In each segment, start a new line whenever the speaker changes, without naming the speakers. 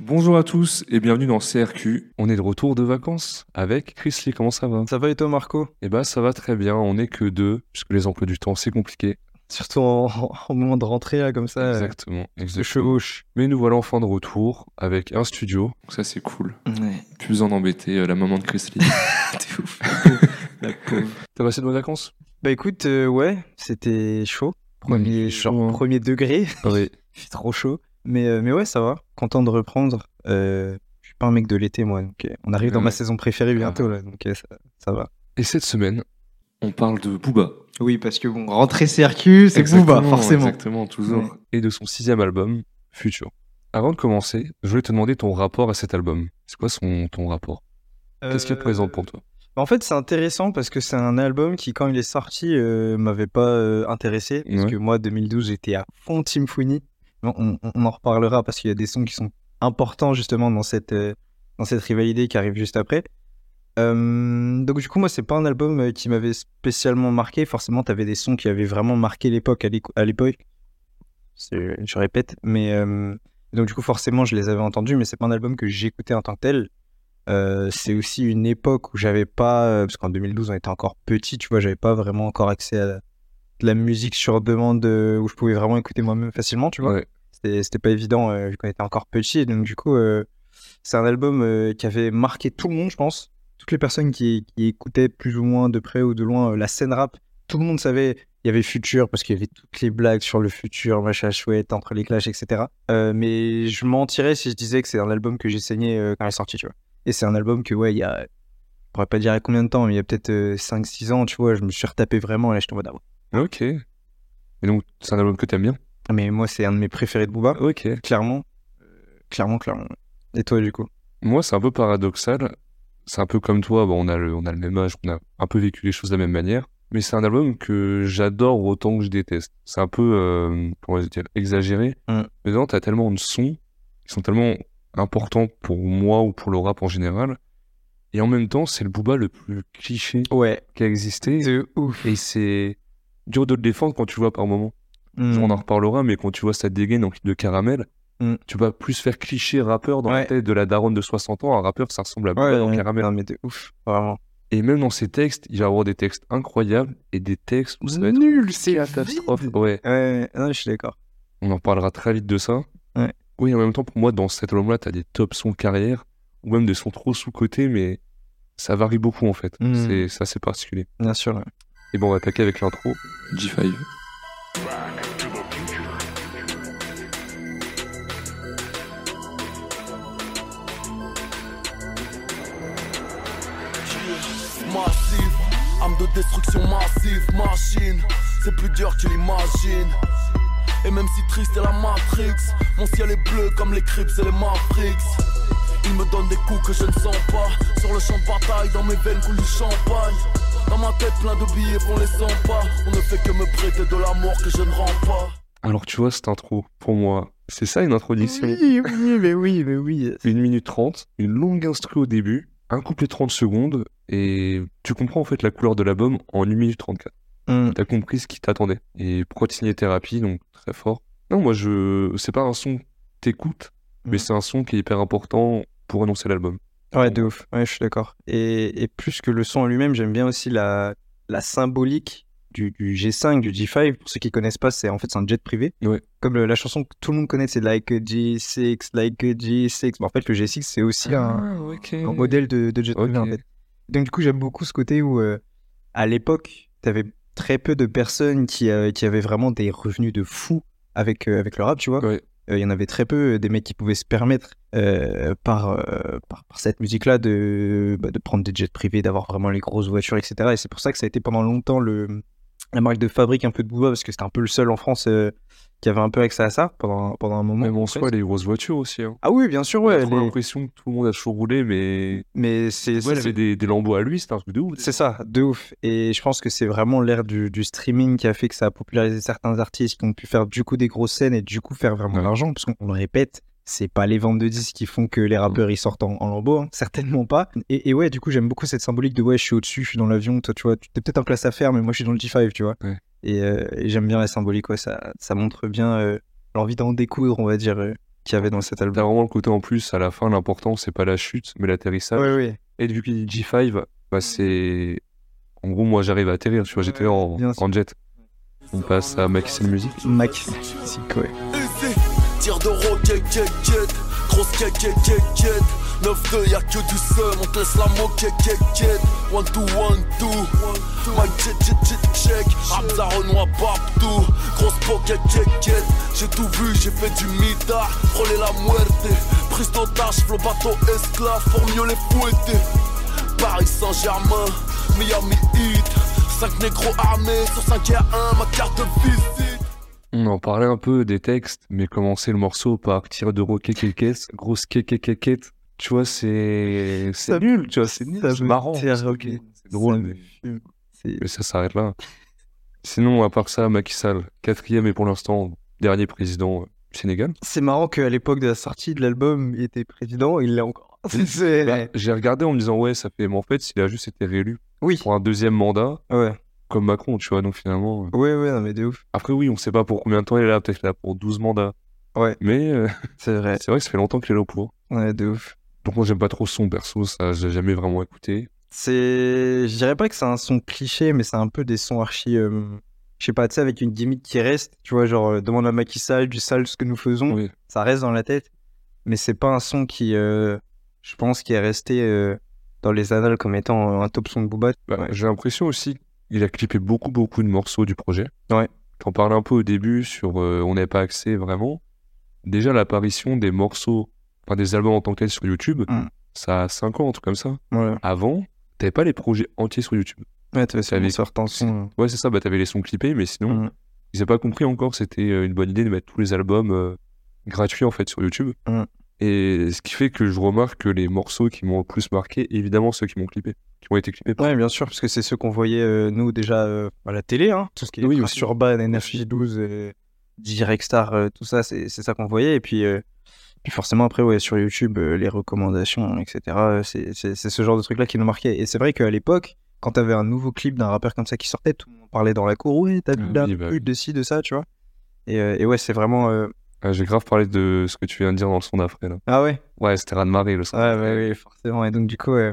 Bonjour à tous et bienvenue dans CRQ. On est de retour de vacances avec Chrisley, comment ça va
Ça va et toi, Marco
Eh ben ça va très bien, on n'est que deux, puisque les emplois du temps c'est compliqué.
Surtout en, en moment de rentrée, là, comme ça. euh,
exactement,
se
exactement.
chevauche.
Mais nous voilà enfin de retour avec un studio, donc ça c'est cool.
Ouais,
Plus besoin d'embêter euh, la maman de Chrisley.
t'es ouf. La pauvre.
T'as passé de bonnes vacances
Bah écoute, euh, ouais, c'était chaud.
Ouais,
Premier,
chaud,
genre,
hein.
premier degré.
Oui.
C'est trop chaud. Mais, euh, mais ouais, ça va. Content de reprendre. Euh, je suis pas un mec de l'été, moi. Donc, euh, on arrive dans
Ouais.
ma saison préférée bientôt, là. Donc euh, ça, ça va.
Et cette semaine, on parle de Booba.
Oui, parce que bon, rentrer CRQ, c'est Booba,
Exactement,
forcément.
Exactement, toujours. Et de son sixième album, Future. Avant de commencer, je voulais te demander ton rapport à cet album. C'est quoi son, ton rapport Qu'est-ce qu'il
Euh,
présente pour toi
En fait, c'est intéressant parce que c'est un album qui, quand il est sorti, euh, m'avait pas euh, intéressé. Parce
Ouais.
que moi, 2012, j'étais à fond Team Fouini. Bon, on, on- on en reparlera parce qu'il y a des sons qui sont importants justement dans cette, euh, dans cette rivalité qui arrive juste après. Euh, donc, du coup, moi, c'est pas un album euh, qui m'avait spécialement marqué. Forcément, t'avais des sons qui avaient vraiment marqué l'époque à l'éco- à l'époque. C'est- Je répète, mais euh, donc, du coup, forcément, je les avais entendus, mais c'est pas un album que j'écoutais en tant que tel. Euh, c'est aussi une époque où j'avais pas, euh, parce qu'en 2012 on était encore petit, tu vois, j'avais pas vraiment encore accès à la- de la musique sur demande euh, où je pouvais vraiment écouter moi-même facilement, tu vois.
Ouais.
C'était c'était pas évident euh, vu qu'on était encore petit, donc du coup euh, c'est un album euh, qui avait marqué tout le monde, je pense. Toutes les personnes qui, qui écoutaient plus ou moins de près ou de loin euh, la scène rap, tout le monde savait il y avait Futur parce qu'il y avait toutes les blagues sur le futur, machin chouette, entre les clashs, etc. Euh, mais je mentirais si je disais que c'est un album que j'ai saigné euh, quand il est sorti, tu vois. Et c'est un album que, ouais, il y a. Je pourrais pas dire il y a combien de temps, mais il y a peut-être 5-6 ans, tu vois, je me suis retapé vraiment et là, je tombe d'amour.
Ok. Et donc, c'est un album que t'aimes bien
Mais moi, c'est un de mes préférés de Booba,
Ok.
clairement. Euh, Clairement, clairement. Et toi, du coup
Moi, c'est un peu paradoxal. C'est un peu comme toi, bon, on, a le, on a le même âge, on a un peu vécu les choses de la même manière. Mais c'est un album que j'adore autant que je déteste. C'est un peu, euh, comment dire, exagéré.
Mm.
Mais dedans, t'as tellement de sons qui sont tellement importants pour moi ou pour le rap en général. Et en même temps, c'est le booba le plus cliché
Ouais,
qui a existé.
de ouf.
Et c'est dur de le défendre quand tu le vois par moment.
Hmm.
Genre, on en reparlera, mais quand tu vois sa dégaine en clip de caramel,
Mm.
tu vas plus faire cliché rappeur dans la
Ouais.
tête de la daronne de 60 ans. Un rappeur, ça ressemble à
Ouais,
Booba dans
ouais. Ah.
caramel.
Non, mais de ouf, vraiment.
Et même dans ses textes, il va avoir des textes incroyables et des textes où ça va être
Nul, c'est
catastrophe.
vide.
Ouais,
Ouais, non, je suis d'accord.
on en parlera très vite de ça.
Ouais.
Oui, en même temps, pour moi, dans cet album-là, t'as des top sons carrière ou même des sons trop sous-cotés, mais ça varie beaucoup en fait.
Mm.
C'est ça, c'est particulier.
Bien sûr, ouais.
Et bon, on va attaquer avec l'intro. G5.
Massive, arme de destruction massive, machine, c'est plus dur que tu l'imagines. Et même si triste est la Matrix, mon ciel est bleu comme les Crips et les Matrix. Il me donne des coups que je ne sens pas, sur le champ de bataille, dans mes veines coule du champagne. Dans ma tête plein de billets, on les sent pas, on ne fait que me prêter de l'amour que je ne rends pas.
Alors, tu vois, cette intro, pour moi, c'est ça une introduction.
Oui, oui, mais oui, mais oui.
une minute 30, une longue instru au début, un couplet 30 secondes, et tu comprends en fait la couleur de l'album en 1 minute 34.
Mm.
T'as compris ce qui t'attendait. Et protigné thérapie, donc très fort. Non, moi je. C'est pas un son que t'écoutes, mais
Ouais.
c'est un son qui est hyper important pour annoncer l'album.
Ouais, de ouf. Ouais, je suis d'accord. Et, et plus que le son en lui-même, j'aime bien aussi la, la symbolique du, du G5, du G5. Pour ceux qui connaissent pas, c'est en fait c'est un jet privé.
Ouais.
Comme le- la chanson que tout le monde connaît, c'est Like a G6, Like a G6. Mais en fait, le G6, c'est aussi un,
Ah, ok.
un modèle de, de jet privé. en fait. Donc du coup, j'aime beaucoup ce côté où, euh, à l'époque, t'avais très peu de personnes qui, euh, qui avaient vraiment des revenus de fou avec, euh, avec le rap, tu vois.
Ouais.
Euh, Il y en avait très peu euh, des mecs qui pouvaient se permettre euh, par, euh, par, par cette musique-là de, bah, de prendre des jets privés, d'avoir vraiment les grosses voitures, etc. Et c'est pour ça que ça a été pendant longtemps le, la marque de fabrique un peu de Booba, parce que c'était un peu le seul en France euh, qui avait un peu accès à ça pendant, pendant un moment.
Même en
en fait.
soi, les grosses voitures aussi. Hein.
Ah oui, bien sûr,
J'ai
ouais.
trop
les-
l'impression que tout le monde a toujours roulé, mais.
Mais c'est
Ouais,
c'est-
il avait des, des lambeaux à lui, c'était un truc de ouf.
C'est ça, de ouf. Et je pense que c'est vraiment l'ère du, du streaming qui a fait que ça a popularisé certains artistes qui ont pu faire du coup des grosses scènes et du coup faire vraiment
Ouais.
de l'argent. Parce qu'on le répète, c'est pas les ventes de disques qui font que les rappeurs ils sortent en, en lambeaux, hein, certainement pas. Et, et ouais, du coup, j'aime beaucoup cette symbolique de ouais, je suis au-dessus, je suis dans l'avion, toi tu vois, tu t'es peut-être en classe à faire, mais moi je suis dans le G5, tu vois.
Ouais.
Et, euh, et j'aime bien la symbolique, ouais, ça, ça montre bien euh, l'envie d'en découdre, on va dire, euh, qu'il y avait dans cet
T'as
album.
vraiment le côté en plus, à la fin, l'important, c'est pas la chute, mais l'atterrissage.
Oui, oui.
Et vu qu'il dit G5, bah c'est. En gros, moi, j'arrive à atterrir, tu vois, j'étais
Ouais,
en,
bien sûr.
en jet. On passe à Maxine Music.
Max, si, quoi.
Easy. Tire de roquet, quéquette, grosse quéquette, quéquette. 9-2, y'a que du seum, on te laisse la moquette, quéquette. 1-2, 1-2, Mike, check, check, check, check. Hamza, Renoir, Babdou, grosse pocket, quéquette. J'ai tout vu, j'ai fait du midar, frôler la muerte. Prise d'otage, flow bateau esclave, pour mieux les fouetter. Paris Saint-Germain, Miami Heat. 5 négros armés, sur 5 à 1, ma carte de visite.
On en parlait un peu des textes, mais commencer le morceau par tirer de roquet quelques grosse kékékéquette. Tu vois, c'est. C'est
Ça-
nul, tu vois, c'est nul.
ça
C'est
me
marrant.
tire,
c'est
ok.
nul, c'est drôle,
Ça
mais...
me fume. C'est-
mais ça s'arrête là. Sinon, à part ça, Macky Sall, quatrième et pour l'instant, dernier président euh, du Sénégal.
C'est marrant qu'à l'époque de la sortie de l'album, il était président, il l'est encore. C'est- c'est-
Bah, J'ai regardé en me disant, ouais, ça fait. Mais en fait, il a juste été réélu
oui,
pour un deuxième mandat,
ouais.
comme Macron, tu vois, donc finalement. euh,
Ouais, ouais, non, mais de ouf.
Après, oui, on sait pas pour combien de temps il est là, peut-être là pour 12 mandats.
Ouais.
Mais euh,
C'est vrai.
c'est vrai que ça fait longtemps qu'il est là au pouvoir.
Ouais, de ouf.
Donc, moi, j'aime pas trop son perso, ça, j'ai jamais vraiment écouté.
C'est. Je dirais pas que c'est un son cliché, mais c'est un peu des sons archi. euh, Je sais pas, tu sais, avec une gimmick qui reste. Tu vois, genre, euh, demande à Macky Sall, du sale, ce que nous faisons.
Oui.
Ça reste dans la tête. Mais c'est pas un son qui, euh, je pense, qui est resté euh, dans les annales comme étant euh, un top son de Booba.
Bah,
Ouais.
J'ai l'impression aussi qu'il a clippé beaucoup, beaucoup de morceaux du projet.
Ouais.
T'en parlais un peu au début sur euh, On n'est pas axé vraiment. Déjà, l'apparition des morceaux, enfin des albums en tant que tels sur YouTube,
Mm.
ça a 5 ans, un truc comme ça.
Voilà.
Avant, t'avais pas les projets entiers sur YouTube.
Ouais, tu vois,
Avec-
c'est certains sons. euh.
Ouais, c'est ça, bah, t'avais les sons clippés, mais sinon,
Mm.
ils n'avaient pas compris encore que c'était euh, une bonne idée de mettre tous les albums euh, gratuits en fait sur YouTube.
Mm.
Et ce qui fait que je remarque que les morceaux qui m'ont le plus marqué, évidemment ceux qui m'ont clippé, qui ont été clippés.
Ouais, bien sûr, parce que c'est ceux qu'on voyait, euh, nous, déjà euh, à la télé. Hein, tout ce qui est
Oui,
Trace
aussi.
Urban, Energy 12, euh, Direct Star, euh, tout ça, c'est c'est ça qu'on voyait. Et puis, euh, puis forcément, après, ouais, sur YouTube, euh, les recommandations, etc., euh, c'est c'est- c'est ce genre de truc-là qui nous marquait. Et c'est vrai qu'à l'époque, quand t'avais un nouveau clip d'un rappeur comme ça qui sortait, tout le monde parlait dans la cour, ouais, t'as vu
Ah
d'un
oui, bah
pute de ci, de ça, tu vois. Et, euh, et ouais, c'est vraiment. euh,
Ah, J'ai grave parlé de ce que tu viens de dire dans le son d'après là.
Ah ouais,
Ouais, c'était raz de marée le son.
ouais, ouais, ouais, forcément. Et donc, du coup, euh,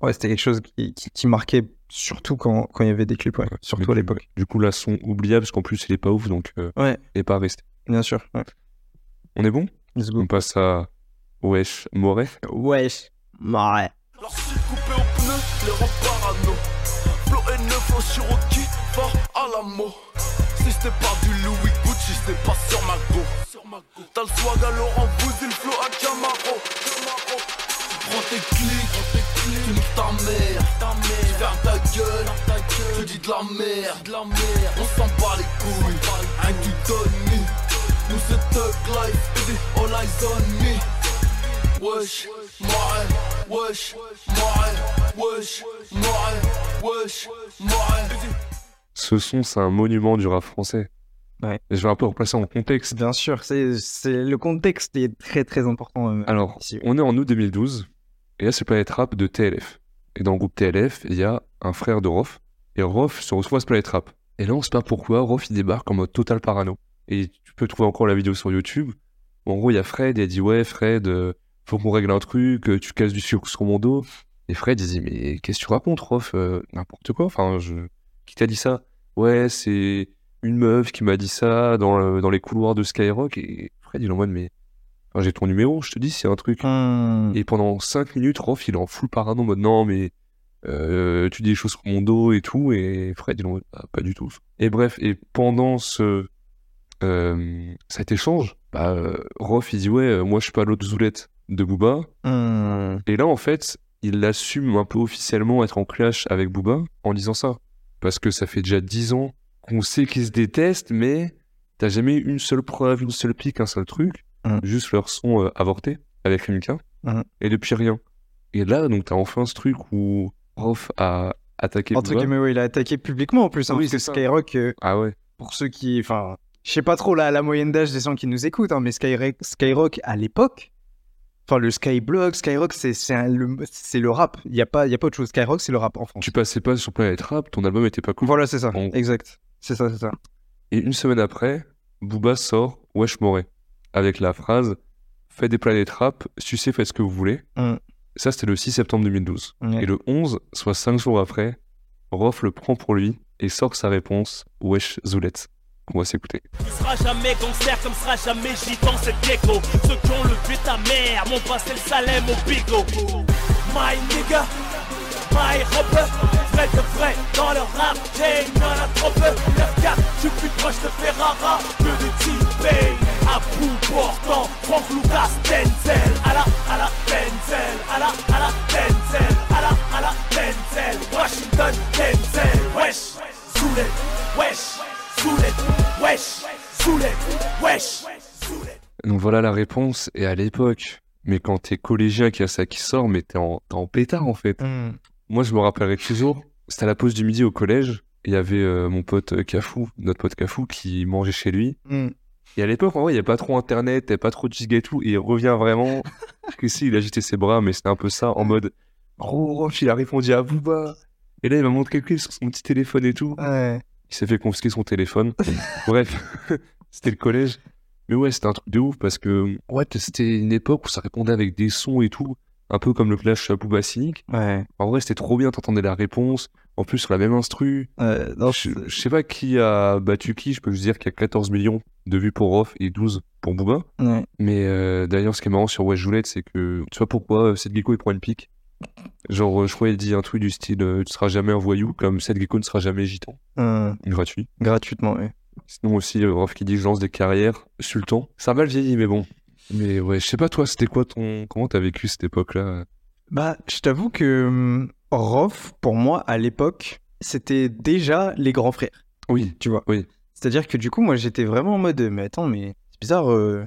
ouais, c'était quelque chose qui, qui- qui marquait surtout quand quand il y avait des clips, ouais,
Ouais, mais
surtout
du-
à l'époque.
Du coup, là, son oubliable parce qu'en plus, il est pas ouf donc euh,
Ouais.
il est pas resté.
Bien sûr. Ouais.
On est bon
Let's go.
On passe à Wesh Moret.
Wesh. Ouais.
Leur style coupé au pneu, les robes parano. Flow et neuf au Cherokee, fort à la mot. Si c'était pas du Louis Gucci, c'était pas sur ma go. T'as le swag à Laurent Voulzy, le flow à Camaro. Prends tes clics, tu niques ta mère. Tu fermes ta gueule, tu dis de la merde. On s'en bat les couilles, rien que du Tony. Nous c'est Thug Life, baby, all eyes on me. Wesh, Martin, wesh, Martin, wesh, Martin, wesh, Martin.
Ce son, c'est un monument du rap français.
Ouais.
Et je vais un peu replacer en contexte.
Bien sûr, c'est c'est- le contexte est très très important. euh,
Alors,
ici.
on est en août 2012, et là, c'est Planète Rap de TLF. Et dans le groupe TLF, il y a un frère de Rof, et Rof se retrouve à ce Planète Rap. Et là, on sait pas pourquoi, Rof, il débarque en mode total parano. Et tu peux trouver encore la vidéo sur YouTube. En gros, il y a Fred, et il dit Ouais, Fred, euh, faut qu'on règle un truc, euh, tu casses du sucre sur mon dos. Et Fred, il dit Mais qu'est-ce que tu racontes, Rof Euh, N'importe quoi. Enfin, je... qui t'a dit ça Ouais, c'est une meuf qui m'a dit ça dans, le- dans les couloirs de Skyrock. Et Fred, il est en mode Mais enfin, j'ai ton numéro, je te dis, c'est un truc.
Hmm.
Et pendant 5 minutes, Rof, il est en full parano en mode non, mais euh, tu dis des choses sur mon dos et tout. Et Fred, il est en mode Ah, pas du tout. Et bref, et pendant ce, euh, cet échange, bah, euh, Rof, il dit ouais, euh, moi je suis pas l'autre zoulette de Booba.
Hmm.
Et là, en fait, il assume un peu officiellement être en clash avec Booba en disant ça. Parce que ça fait déjà 10 ans qu'on sait qu'ils se détestent, mais t'as jamais eu une seule preuve, une seule pique, un seul truc.
Mhm.
Juste leur son euh, avorté avec Rimka.
Mhm.
Et depuis rien. Et là, donc, t'as enfin ce truc où Prof a attaqué
Entre
Booba.
guillemets, ouais, il a attaqué publiquement en plus. hein,
Oui,
parce que
c'est ça.
Skyrock, euh,
Ah ouais.
pour ceux qui. Enfin, je sais pas trop la, la moyenne d'âge des gens qui nous écoutent, hein, mais Skyrock, Skyrock à l'époque. Enfin, le Skyblog, Skyrock, c'est c'est un- le, c'est le rap. Il n'y a, pas- y a pas autre chose. Skyrock, c'est le rap en France.
Tu passais pas sur Planet Rap, ton album était pas cool.
Voilà, c'est ça.
En-
Exact. C'est ça, c'est ça.
Et une semaine après, Booba sort Wesh Moré. avec la phrase Faites des planètes rap, sucez, faites ce que vous voulez.
Mm.
Ça, c'était le 6 septembre 2012.
Ouais.
Et le 11, soit 5 jours après, Rof le prend pour lui et sort sa réponse Wesh Zoulette. On va s'écouter.
Tu seras jamais gangster comme sera jamais gitan cette gecko Ceux qui ont le tué ta mère m'ont passé le salem au bigot My nigga, my rapper Vrai de vrai dans le rap, j'ai une la trop peu 9-4, je suis plus proche de Ferrara que de T-Pain À bout portant, Franck Lucas, Denzel À la, à la Denzel, à la, à la Denzel À la, à la Denzel, Washington Denzel Wesh, Zoulet, wesh Zoulet, wesh, Zoulet, wesh, Zoulet.
Donc voilà la réponse. Et à l'époque, mais quand t'es collégien qui a ça qui sort, mais t'es en, t'es en pétard en fait.
Mm.
Moi, je me rappellerai toujours, c'était à la pause du midi au collège. Il y avait euh, mon pote euh, Cafou, notre pote Cafou, qui mangeait chez lui.
Mm.
Et à l'époque, en vrai, il n'y a pas trop internet, il n'y a pas trop de giga et tout. Et il revient vraiment. Parce que si, il agitait ses bras, mais c'était un peu ça, en mode. Oh, Rof, il a répondu à Booba. Et là, il m'a montré quelque chose sur son petit téléphone et tout.
Ouais.
Il s'est fait confisquer son téléphone. Bref, c'était le collège. Mais ouais, c'était un truc de ouf parce que ouais, c'était une époque où ça répondait avec des sons et tout. Un peu comme le clash Booba Cynic.
Ouais.
En vrai, c'était trop bien, t'entendais la réponse. En plus, sur la même instru.
Euh, non,
Je,
c'est-
je sais pas qui a battu qui, je peux juste dire qu'il y a 14 millions de vues pour Rof et 12 pour Booba.
ouais.
Mais euh, d'ailleurs, ce qui est marrant sur Wesh Joulette, c'est que tu vois pourquoi euh, Seth Gecko il prend une pique Genre, euh, je crois il dit un truc du style euh, Tu seras jamais un voyou, comme Seth Gecko ne sera jamais gitan.
Mm.
Gratuit.
Gratuitement, ouais.
Sinon aussi, euh, Rof qui dit Je lance des carrières, sultan. Ça a mal vieilli, mais bon. Mais ouais, je sais pas, toi, c'était quoi ton. Comment t'as vécu cette époque-là
Bah, je t'avoue que hum, Rof, pour moi, à l'époque, c'était déjà les grands frères,
Oui.
tu vois.
Oui.
C'est-à-dire que du coup, moi, j'étais vraiment en mode, mais attends, mais c'est bizarre. euh,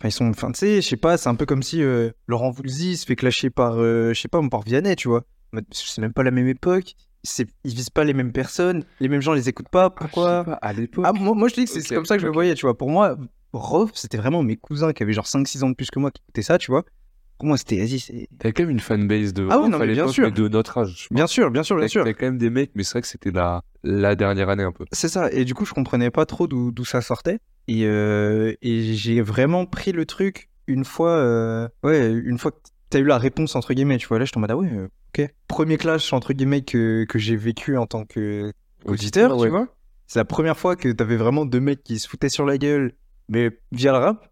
Enfin, ils sont, enfin, tu sais, je sais pas, c'est un peu comme si euh, Laurent Voulzy se fait clasher par, euh, je sais pas, par Vianney, tu vois. En mode, C'est même pas la même époque, c'est- ils visent pas les mêmes personnes, les mêmes gens les écoutent pas, pourquoi
À l'époque.
Ah, moi, moi, je dis que c'est c'est
Ok,
comme ça que je le
ok.
voyais, tu vois. Pour moi, Rof, c'était vraiment mes cousins qui avaient genre 5-6 ans de plus que moi qui écoutaient ça, tu vois. Pour moi, c'était, vas-y, c'est.
T'avais quand même une fanbase de
Ah oui,
Rof
non,
à
mais bien
l'époque,
sûr.
mais de notre âge.
Bien sûr, bien sûr, bien sûr.
T'avais quand même des mecs, mais c'est vrai que c'était la, la dernière année un peu.
C'est ça, et du coup, je comprenais pas trop d'où d'où ça sortait. Et, euh, et j'ai vraiment pris le truc une fois, euh, ouais, une fois que t'as eu la réponse, entre guillemets, tu vois. Là, je tombe en mode, ah ouais, euh, ok. Premier clash, entre guillemets, que, que j'ai vécu en tant que auditeur, tu
Ouais.
vois. C'est la première fois que t'avais vraiment deux mecs qui se foutaient sur la gueule, mais via le rap.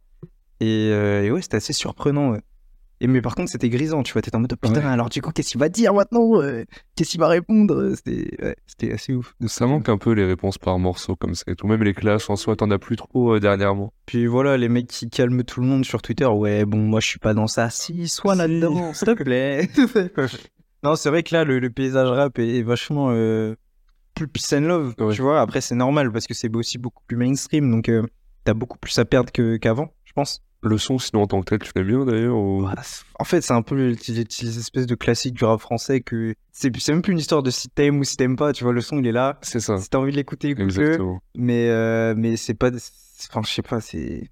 Et, euh, et ouais, c'était assez surprenant, ouais. Et mais par contre, c'était grisant, tu vois. T'étais en mode, oh, putain,
Ouais.
alors du coup, qu'est-ce qu'il va dire maintenant Euh, Qu'est-ce qu'il va répondre euh, C'était ouais, c'était assez ouf.
Ça manque un peu les réponses par morceau comme ça et tout. Même les clashs en soi, t'en as plus trop euh, dernièrement.
Puis voilà, les mecs qui calment tout le monde sur Twitter, ouais, bon, moi je suis pas dans ça. Si, sois là-dedans, s'il te plaît. non, c'est vrai que là, le, le paysage rap est, est vachement euh, plus peace and love,
Ouais.
tu vois. Après, c'est normal parce que c'est aussi beaucoup plus mainstream, donc euh, t'as beaucoup plus à perdre que- qu'avant, je pense.
Le son, sinon en tant que tel, tu l'aimes bien d'ailleurs ou-
Bah, c'est- en fait, c'est un peu les, les- les espèces de classiques du rap français que c'est c'est même plus une histoire de si t'aimes ou si t'aimes pas, tu vois. Le son, il est là.
C'est ça.
Si t'as envie de l'écouter, écoute-le
Exactement.
mais euh, mais c'est pas enfin je sais pas c'est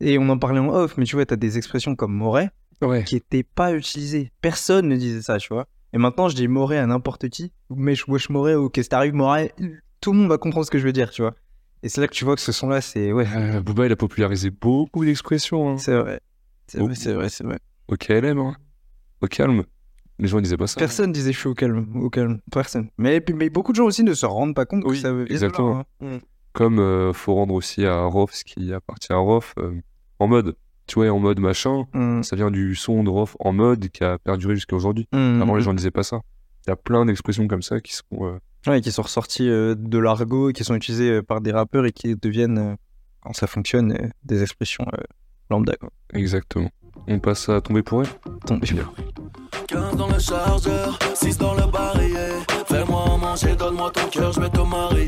et on en parlait en off mais tu vois t'as des expressions comme moret
Ouais.
qui étaient pas utilisées personne ne disait ça tu vois et maintenant je dis moret à n'importe qui ou mèche wesh moret ou qu'est-ce t'arrives moret tout le monde va comprendre ce que je veux dire tu vois et c'est là que tu vois que ce son là c'est ouais
Euh, Booba, il a popularisé beaucoup d'expressions. Hein.
c'est vrai c'est
Oh.
vrai c'est vrai c'est vrai
Au KLM, hein. au calme. Les gens ils disaient pas ça.
personne disait je suis au calme au calme personne mais puis- mais beaucoup de gens aussi ne se rendent pas compte
Oui,
que ça veut dire
exactement.
cela, hein.
Comme euh, faut rendre aussi à Rof ce qui appartient à Rof euh, en mode. Tu vois, en mode machin.
Mm.
Ça vient du son de Rof en mode qui a perduré jusqu'à aujourd'hui.
Mm.
Avant, les gens ne disaient pas ça. Il y a plein d'expressions comme ça qui sont. euh,
Ouais, qui sont ressortis euh, de l'argot, et qui sont utilisés euh, par des rappeurs et qui deviennent, euh, quand ça fonctionne, euh, des expressions euh, lambda. Quoi.
Exactement. On passe à tomber pour elle.
Tombé.
15 dans le chargeur, 6 dans le barillet. Fais-moi à manger, donne-moi ton cœur, je vais te marier.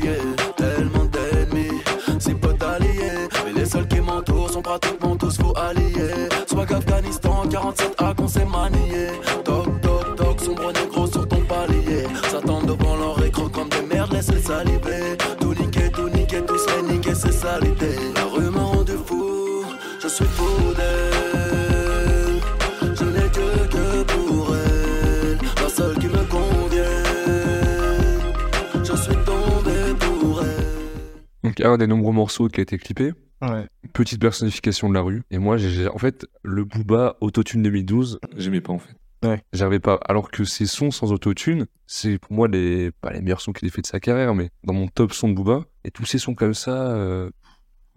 Tellement d'ennemis, si peu d'alliés. Mais les seuls qui m'entourent sont pratiquement tous faux alliés. Swag Afghanistan, 47 A qu'on s'est manié. Toc toc toc, sombre négro sur ton palier. S'attendent devant leur écran comme des merdes, laissez saliver. Tout niquer, tout niquer, tous les niquer, c'est salité. La rue m'a rendu fou, je suis fou d'elle. Je n'ai Dieu que pour elle, la seule qui me convient. Je suis tombé pour elle.
Donc un des nombreux morceaux qui a été clippé,
Ouais.
petite personnification de la rue. Et moi, j'ai- j'ai- en fait, le Booba Autotune 2012, j'aimais pas en fait.
Ouais.
J'avais pas. Alors que ses sons sans autotune, c'est pour moi les, pas les meilleurs sons qu'il ait fait de sa carrière, mais dans mon top son de Booba, et tous ces sons comme ça, euh,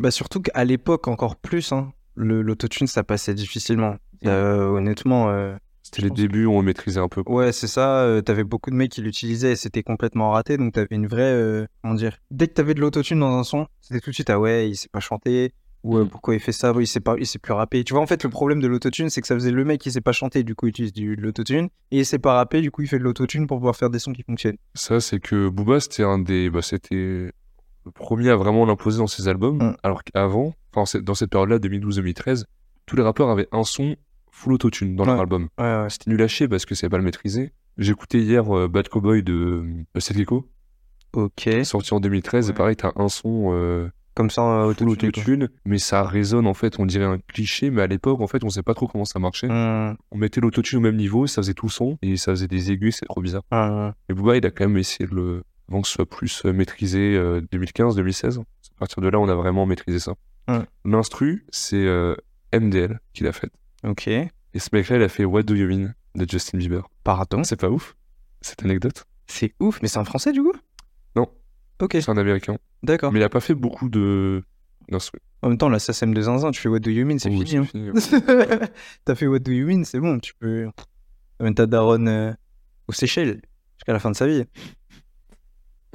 Bah surtout qu'à l'époque, encore plus, hein, le- l'autotune, ça passait difficilement. Euh, honnêtement, euh,
c'était les
pense
débuts où on le maîtrisait un peu.
ouais, c'est ça. euh, t'avais beaucoup de mecs qui l'utilisaient et c'était complètement raté. Donc t'avais une vraie. euh, comment dire Dès que t'avais de l'autotune dans un son, c'était tout de suite, ah ouais, il sait pas chanter. Ou
Mm.
euh, pourquoi il fait ça Oui, il sait, pas, il sait plus rapper. Tu vois, en fait, le problème de l'autotune, c'est que ça faisait le mec qui sait pas chanter, du coup, il utilise du, de l'autotune. Et il sait pas rapper, du coup, il fait de l'autotune pour pouvoir faire des sons qui fonctionnent.
Ça, c'est que Booba, c'était un des. Bah, c'était le premier à vraiment l'imposer dans ses albums.
Mm.
Alors qu'avant, enfin, c'est- dans cette période-là, 2012-2013, tous les rappeurs avaient un son full autotune dans leur
Ouais.
album. Bah,
Ouais, ouais.
C'était nul à chier parce que c'est pas le maîtriser. J'écoutais hier euh, Bad Cowboy de euh, Seth Gecko,
Ok.
sorti en 2013. Et
Ouais.
pareil, t'as un son euh,
Comme ça, euh,
full
autotune. quoi.
autotune, mais ça résonne en fait. On dirait un cliché, mais à l'époque, en fait, on sait pas trop comment ça marchait.
Hum,
On mettait l'autotune au même niveau, ça faisait tout son et ça faisait des aigus, c'est trop bizarre.
hum, hum.
Et Booba, il a quand même essayé de le. avant que ce soit plus euh, maîtrisé 2015-2016. À partir de là, on a vraiment maîtrisé ça.
Ouais.
L'instru, c'est euh, MDL qui l'a fait.
Ok.
Et ce mec-là, il a fait What Do You Mean de Justin Bieber.
Pardon.
C'est pas ouf, cette anecdote
C'est ouf, mais c'est un français du coup
Non,
Ok,
c'est un américain.
d'accord.
Mais il a pas fait beaucoup de. d'instru.
En même temps, la SACM de Zinzin, tu fais What Do You Mean, c'est
Oui,
fini.
fini, ouais.
hein. T'as fait What Do You Mean, c'est bon, tu peux. Même ta daronne euh, aux Seychelles, jusqu'à la fin de sa vie.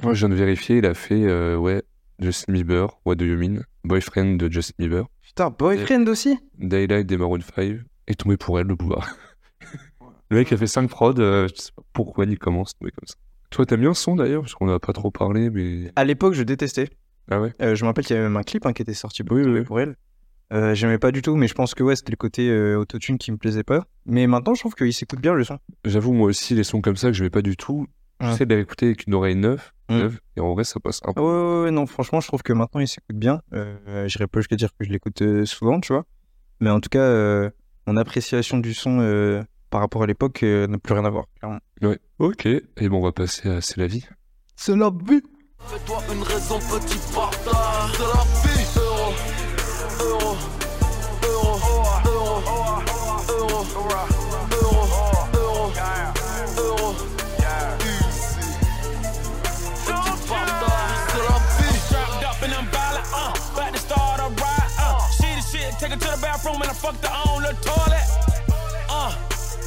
Moi, je viens de vérifier, il a fait, euh, ouais, Justin Bieber, What Do You Mean, Boyfriend de Justin Bieber,
Putain, Boyfriend aussi
Daylight des Maroon 5, et Tombé pour elle, le Booba. le mec a fait 5 prods, euh, je sais pas pourquoi il commence tombé comme ça. Toi, t'aimes bien ce son d'ailleurs, parce qu'on n'a pas trop parlé, mais.
À l'époque, je détestais.
Ah ouais
Euh, je me rappelle qu'il y avait même un clip hein, qui était sorti
Oui, oui, oui.
pour elle. Euh, J'aimais pas du tout, mais je pense que ouais, c'était le côté euh, autotune qui me plaisait pas. Mais maintenant, je trouve qu'il s'écoute bien le son.
J'avoue, moi aussi, les sons comme ça que je vais pas du tout,
Ouais.
j'essaie de les écouter avec une oreille neuve,
Mm.
neuve, et en vrai, ça passe un peu.
Ah Ouais, ouais, ouais, non, franchement, je trouve que maintenant, il s'écoute bien. Euh, J'irai pas jusqu'à dire que je l'écoute euh, souvent, tu vois. Mais en tout cas, euh, mon appréciation du son euh, par rapport à l'époque euh, n'a plus rien à voir, clairement.
Ouais. Ok, et bon, on va passer à C'est la vie.
C'est la vie
Fais-toi une raison, petit partage. C'est la vie. Euro, euro, euro, euro, euro, euro, euro, euro. Easy. Petit partage. C'est la vie.
strapped up and I'm violent, uh, about to start a riot, uh, she the shit, take her to the bathroom and I fucked her on the toilet, uh,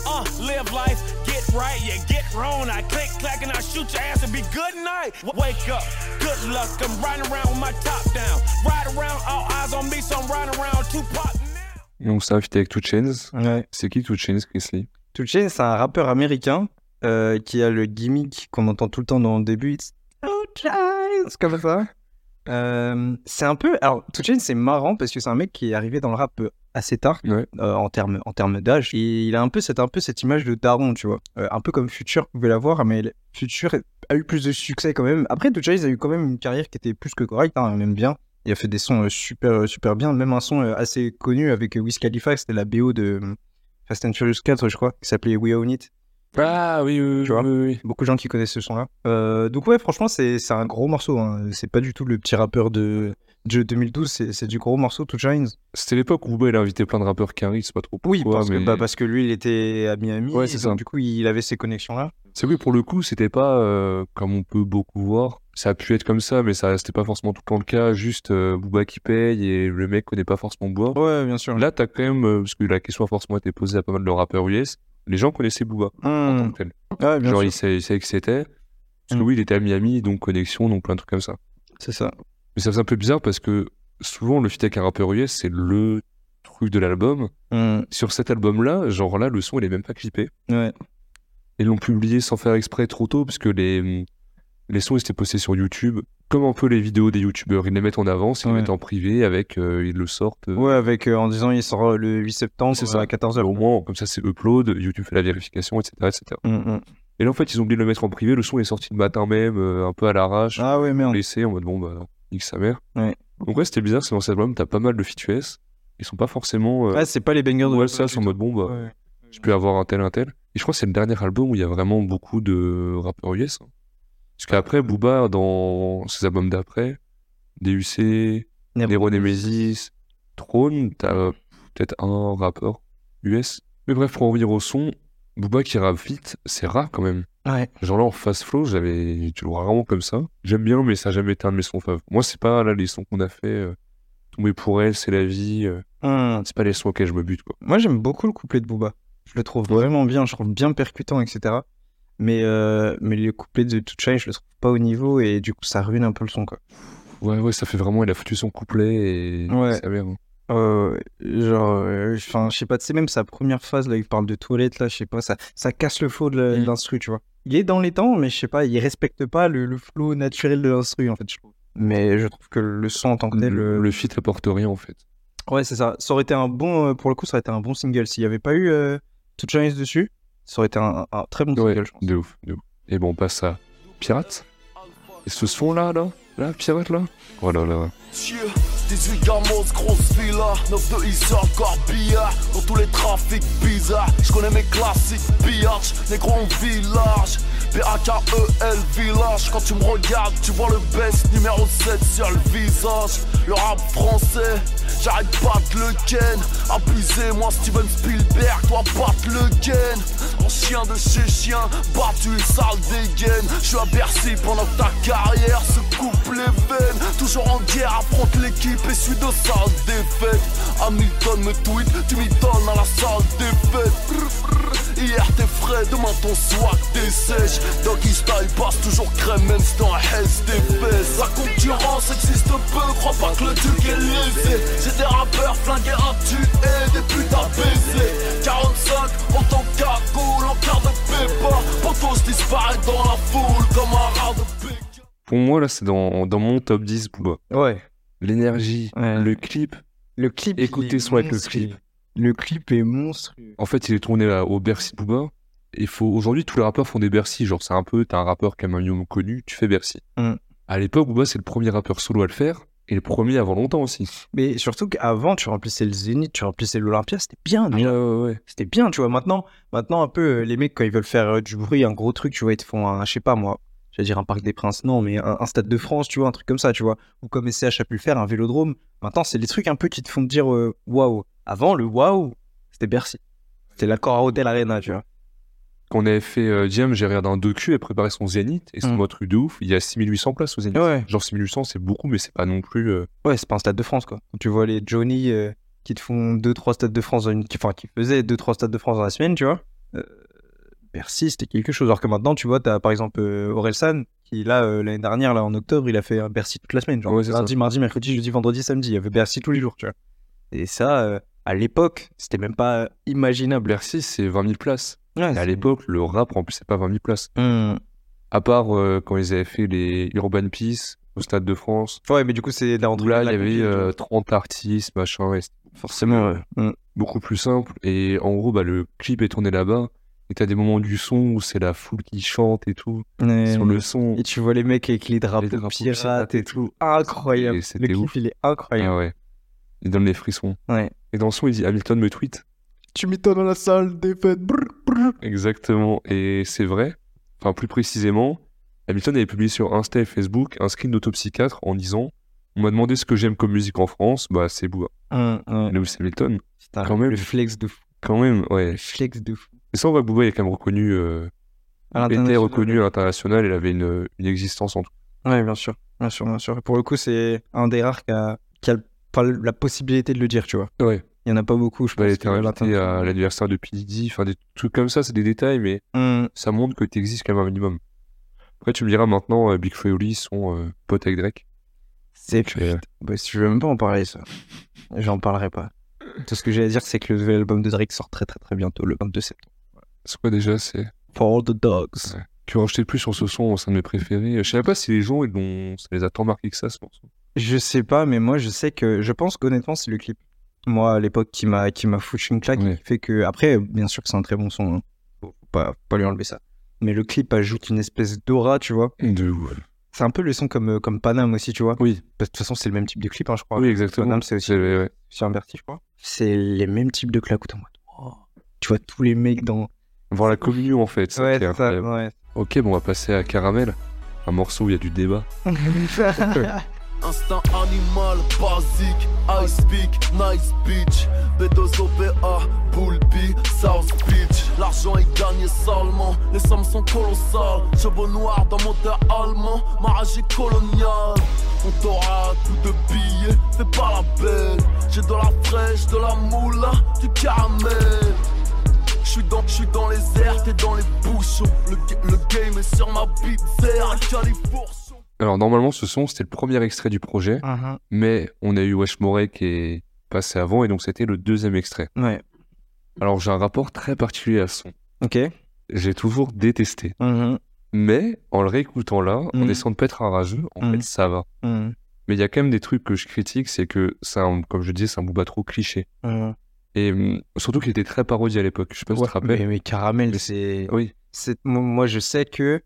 uh, live life, get right, you get wrong, I click, clack, and I shoot your ass and be good night, W- wake up, good luck, I'm riding around with my top down, ride around, all eyes on me, so I'm riding around, Tupac now.
Donc, ça invité avec Two Chains.
Ouais.
C'est qui Two Chains, Chris Lee
Two Chainz, c'est un rappeur américain euh, qui a le gimmick qu'on entend tout le temps dans le début. It's Two Chainz, comme ça. Euh, c'est un peu. Alors, Two Chainz, c'est marrant parce que c'est un mec qui est arrivé dans le rap euh, assez tard.
Ouais.
euh, en termes en termes d'âge et il a un peu cette un peu cette image de daron tu vois Euh, un peu comme Future pouvait l'avoir mais le- Future a eu plus de succès quand même après The Chase a eu quand même une carrière qui était plus que correcte hein, même bien il a fait des sons euh, super euh, super bien même un son euh, assez connu avec euh, Wiz Khalifa c'était la BO de euh, Fast and Furious 4 je crois qui s'appelait We Own It
Ah oui, oui, oui,
Tu vois
oui, oui.
beaucoup de gens qui connaissent ce son là donc ouais franchement c'est c'est un gros morceau hein. c'est pas du tout le petit rappeur de de 2012 c'est c'est du gros morceau To Chains
C'était l'époque où Booba, il a invité plein de rappeurs carry, c'est pas trop
Oui,
pourquoi,
parce, que,
mais-
bah, parce que lui, il était à Miami.
Ouais, c'est
et donc,
ça.
Du coup, il avait ces connexions-là.
C'est oui, pour le coup, c'était pas euh, comme on peut beaucoup voir. Ça a pu être comme ça, mais ça c'était pas forcément tout le temps le cas. Juste euh, Booba qui paye et le mec connaît pas forcément Booba.
Ouais, bien sûr.
Là, t'as quand même, euh, parce que la question a forcément été posée à pas mal de rappeurs US, les gens connaissaient Booba en tant que tel.
Ouais, Hmm, bien
Genre,
sûr.
ils savaient, ils savaient que c'était. Parce que
Mm.
oui, il était à Miami, donc connexion, donc plein de trucs comme ça.
C'est ça.
Mais ça faisait un peu bizarre parce que souvent, le feat avec un rappeur US, c'est le truc de l'album.
Hum,
Sur cet album-là, genre là, le son, il est même pas clippé.
Ouais.
Ils l'ont publié sans faire exprès trop tôt, parce que les, les sons, ils étaient postés sur YouTube, comme un peu les vidéos des YouTubeurs. Ils les mettent en avance, ils
Ouais.
les mettent en privé, avec, euh, ils le sortent. euh,
Ouais, avec, euh, en disant, il sort le 8 septembre euh,
C'est ça.
à 14h.
Au moins, comme ça, c'est upload, YouTube fait la vérification, etc., etc. Et là, en fait, ils ont oublié de le mettre en privé. Le son est sorti le matin même, euh, un peu à l'arrache,
Ah ouais, merde.
laissé, en mode bon, bah, nique sa mère.
Ouais.
Donc, ouais, c'était bizarre, c'est dans cet album, t'as pas mal de feat US. Ils sont pas forcément. Euh,
Ah, c'est pas les bangers de
ouais, ça, c'est en mode bon, bah,
Ouais.
je peux avoir un tel, un tel. Et je crois que c'est le dernier album où il y a vraiment beaucoup de rappeurs US. hein. Parce qu'après, Booba, dans ses albums d'après, DUC, Nero Nemesis, Throne, t'as euh, peut-être un rappeur US. Mais bref, pour en revenir au son, Booba qui rappe vite, c'est rare quand même.
Ouais.
Genre là, en fast flow, j'avais, tu le vois rarement comme ça. J'aime bien, mais ça n'a jamais été un de mes sons fave. Moi, c'est pas là les sons qu'on a fait. euh, Tomber pour elle, c'est la vie. euh,
Hum,
c'est pas les sons auxquels je me bute, quoi.
Moi, j'aime beaucoup le couplet de Booba. Je le trouve vraiment bien, je le trouve bien percutant, etc. Mais, euh, mais le couplet de Too Shy, je le trouve pas au niveau et du coup, ça ruine un peu le son, quoi.
Ouais, ouais, ça fait vraiment, il a foutu son couplet et
Ouais.
ça merde.
Euh, genre, euh, enfin, je sais pas, tu sais, même sa première phase, là, il parle de toilette, là, je sais pas, ça, ça casse le flow de la-
Mm.
de l'instru, tu vois. Il est dans les temps, mais je sais pas, il respecte pas le, le flow naturel de l'instru, en fait, je trouve. Mais je trouve que le son en tant que tel.
Le,
euh,
le feat apporte rien, en fait.
Ouais, c'est ça. Ça aurait été un bon, euh, pour le coup, ça aurait été un bon single. S'il y avait pas eu euh, Two Chainz dessus, ça aurait été un, un très bon
Ouais,
single, je pense.
de ouf, de ouf. Et bon, on passe à Pirate. Et ce son-là, là, là, Pirate, là. Oh là là.
Dieu, 18 gamos, grosse villa 9 de Isar, corbillard Dans tous les trafics bizarres Je connais mes classiques pillages Négro en village B-A-K-E-L E village Quand tu me regardes, tu vois le best Numéro 7 sur le visage Le rap français, j'arrête pas de le ken Abusé, moi Steven Spielberg Toi battre le gain En chien de chez chien, battu, sale dégaine Je suis à Bercy pendant que ta carrière se coupe les veines Toujours en guerre, affronte l'équipe et suis de sales défaites Hamilton me tweet, tu m'y donnes à la salle des fêtes Brr, brr. Hier t'es frais, demain ton swag dessèche Doggy style passe toujours crème même si t'en hesse des fesses La concurrence existe peu, crois pas que le duc est lésé J'ai des rappeurs flingués à tuer, des putes à baiser 45 en tant qu'agoule, en quart de pépin Poteau je disparais dans la foule comme un rat de pique
Pour moi, là, c'est dans, dans mon top 10 Booba.
Ouais.
L'énergie,
Ouais.
le clip.
Le clip.
Écoutez
il est
son avec le
monstrueux.
clip.
Le clip est monstrueux.
En fait, il est tourné là, au Bercy de Booba. Et faut, aujourd'hui, tous les rappeurs font des Bercy. Genre, c'est un peu, t'as un rappeur qui a un minimum connu, tu fais Bercy.
Mm.
À l'époque, Booba, c'est le premier rappeur solo à le faire. Et le premier avant longtemps aussi.
Mais surtout qu'avant, tu remplissais le Zénith, tu remplissais l'Olympia, c'était bien.
Ah Ouais,
déjà.
ouais, ouais.
C'était bien, tu vois. Maintenant, maintenant un peu, euh, les mecs, quand ils veulent faire euh, du bruit, un gros truc, tu vois, ils te font un, je sais pas moi, j'allais dire un Parc des Princes, non, mais un, un Stade de France, tu vois, un truc comme ça, tu vois. Ou comme SCH a pu le faire, un vélodrome. Maintenant, c'est les trucs un peu qui te font te dire euh, waouh. Avant, le waouh, c'était Bercy. C'était l'accord à Hôtel Arena, tu vois.
Quand on avait fait euh, Diem, j'ai regardé un docu et préparé son Zénith. Et c'est
Mm.
un truc de ouf. Il y a 6800 places au Zénith.
Ouais,
Genre 6800, c'est beaucoup, mais c'est pas non plus. euh,
ouais, c'est pas un Stade de France, quoi. Quand tu vois les Johnny euh, qui te font 2-3 Stades de France, dans une... qui- enfin, qui faisaient 2-3 Stades de France dans la semaine, tu vois. Euh, Bercy, c'était quelque chose. Alors que maintenant, tu vois, t'as par exemple euh, Orelsan, qui là, euh, l'année dernière, là, en octobre, il a fait un Bercy toute la semaine. Genre
Ouais, c'est
lundi, mardi, mercredi, jeudi, vendredi, samedi. Il y avait Bercy tous les jours, tu vois. Et ça, euh, à l'époque, c'était même pas imaginable.
Bercy, c'est 20 000 places.
Ouais,
Et à
c'est-
l'époque, le rap remplissait pas 20 000 places.
Hmm.
À part euh, quand ils avaient fait les Urban Peace au Stade de France.
Ouais, mais du coup, c'est
Où
entre
là, il
la
y avait
compil,
euh, 30 artistes, machin, ouais, c'était
forcément. ouais. Hmm.
beaucoup plus simple. Et en gros, bah, le clip est tourné là-bas. Et t'as des moments du son où c'est la foule qui chante et tout.
Mais-
sur le son.
Et tu vois les mecs avec les drapeaux,
drapeaux
pirates
pirates
et tout. Incroyable.
Et
Le
c'était
clip,
ouf.
il est incroyable.
Ah ouais. Il donne les frissons.
Ouais.
Et dans le son, il dit Hamilton me tweet.
Tu m'étonnes dans la salle des fêtes. brr, brr.
Exactement. Et c'est vrai. Enfin, plus précisément, Hamilton avait publié sur Insta et Facebook un screen d'Autopsie 4 en disant On m'a demandé ce que j'aime comme musique en France. Bah, c'est Booba.
Hum, hum.
Lewis Hamilton.
Putain,
quand même.
Ah, Le flex de fou.
Quand même, ouais.
Le flex de fou.
Et ça, on voit que Booba, il est quand même reconnu. euh, il
À
était
l'international.
reconnu à l'international. Il avait une, une existence en tout.
Ouais, bien sûr. Bien sûr, bien sûr. Pour le coup, c'est un des rares qui a, qui a le- pas le- la possibilité de le dire, tu vois.
Ouais.
Il y en a pas beaucoup, je
Bah,
pense.
elle était
que
invitée à
l'international.
l'anniversaire de P. Diddy, enfin des trucs comme ça, c'est des détails, mais
Hum,
ça montre que tu existes quand même un minimum. Après, tu me diras maintenant, euh, Big Flo et Oli sont euh, potes avec Drake.
C'est
Et, euh,
Bah, si je veux même pas en parler, ça. J'en parlerai pas. Tout ce que j'ai à dire, c'est que le nouvel album de Drake sort très très très bientôt, le 22 septembre.
c'est quoi déjà C'est
For the dogs.
que rejeté le plus sur ce son, c'est un de mes préférés. Je sais pas si les gens, ils l'ont- ça les a tant marqué que ça, ce morceau.
Je sais pas, mais moi je sais que je pense qu'honnêtement c'est le clip. Moi à l'époque qui m'a qui m'a foutu une claque,
Ouais.
qui fait que après bien sûr que c'est un très bon son, hein. faut faut pas faut pas lui enlever ça. Mais le clip ajoute une espèce d'aura, tu vois.
De ouf.
C'est un peu le son comme euh, comme Panam aussi, tu vois.
Oui,
Parce que de toute façon c'est le même type de clip, hein, je crois.
oui, exactement.
Panam c'est aussi
C'est- ouais, ouais.
sur Berti, je crois. C'est les mêmes types de claques où t'es en mode, wow. Tu vois tous les mecs dans.
Voir la communion, en fait. ça,
Ouais,
qui est
c'est ça.
incroyable.
Ouais.
Ok, bon, on va passer à Caramel, un morceau où il y a du débat.
Instinct animal, basique, I speak, nice bitch. B2OPA, Bullby, South Beach. L'argent est gagné salement, les sommes sont colossales. Chevaux noirs dans mon terre allemand, maragie coloniale. On t'aura tout de billets, fais pas la belle. J'ai de la fraîche, de la moula, du caramel. J'suis dans, j'suis dans les airs, t'es dans les bouchons. Le, ga- le game est sur ma bite, c'est un califourchon.
Alors normalement, ce son, c'était le premier extrait du projet,
Mhm.
mais on a eu Wesh Moray qui est passé avant, et donc c'était le deuxième extrait.
Ouais.
Alors j'ai un rapport très particulier à ce son.
Ok.
J'ai toujours détesté.
Mhm. mais
Mais en le réécoutant là, en
Mhm.
essayant de pas être un rageux, en
Mhm.
fait, ça va. Mais il y a quand même des trucs que je critique, c'est que, ça, comme je dis, c'est un booba trop cliché.
Uh-huh.
Et hum, surtout qu'il était très parodie à l'époque, je sais pas si tu te rappelles.
mais, mais caramel,
Mais
c'est.
Oui,
c'est- Moi, moi, je sais que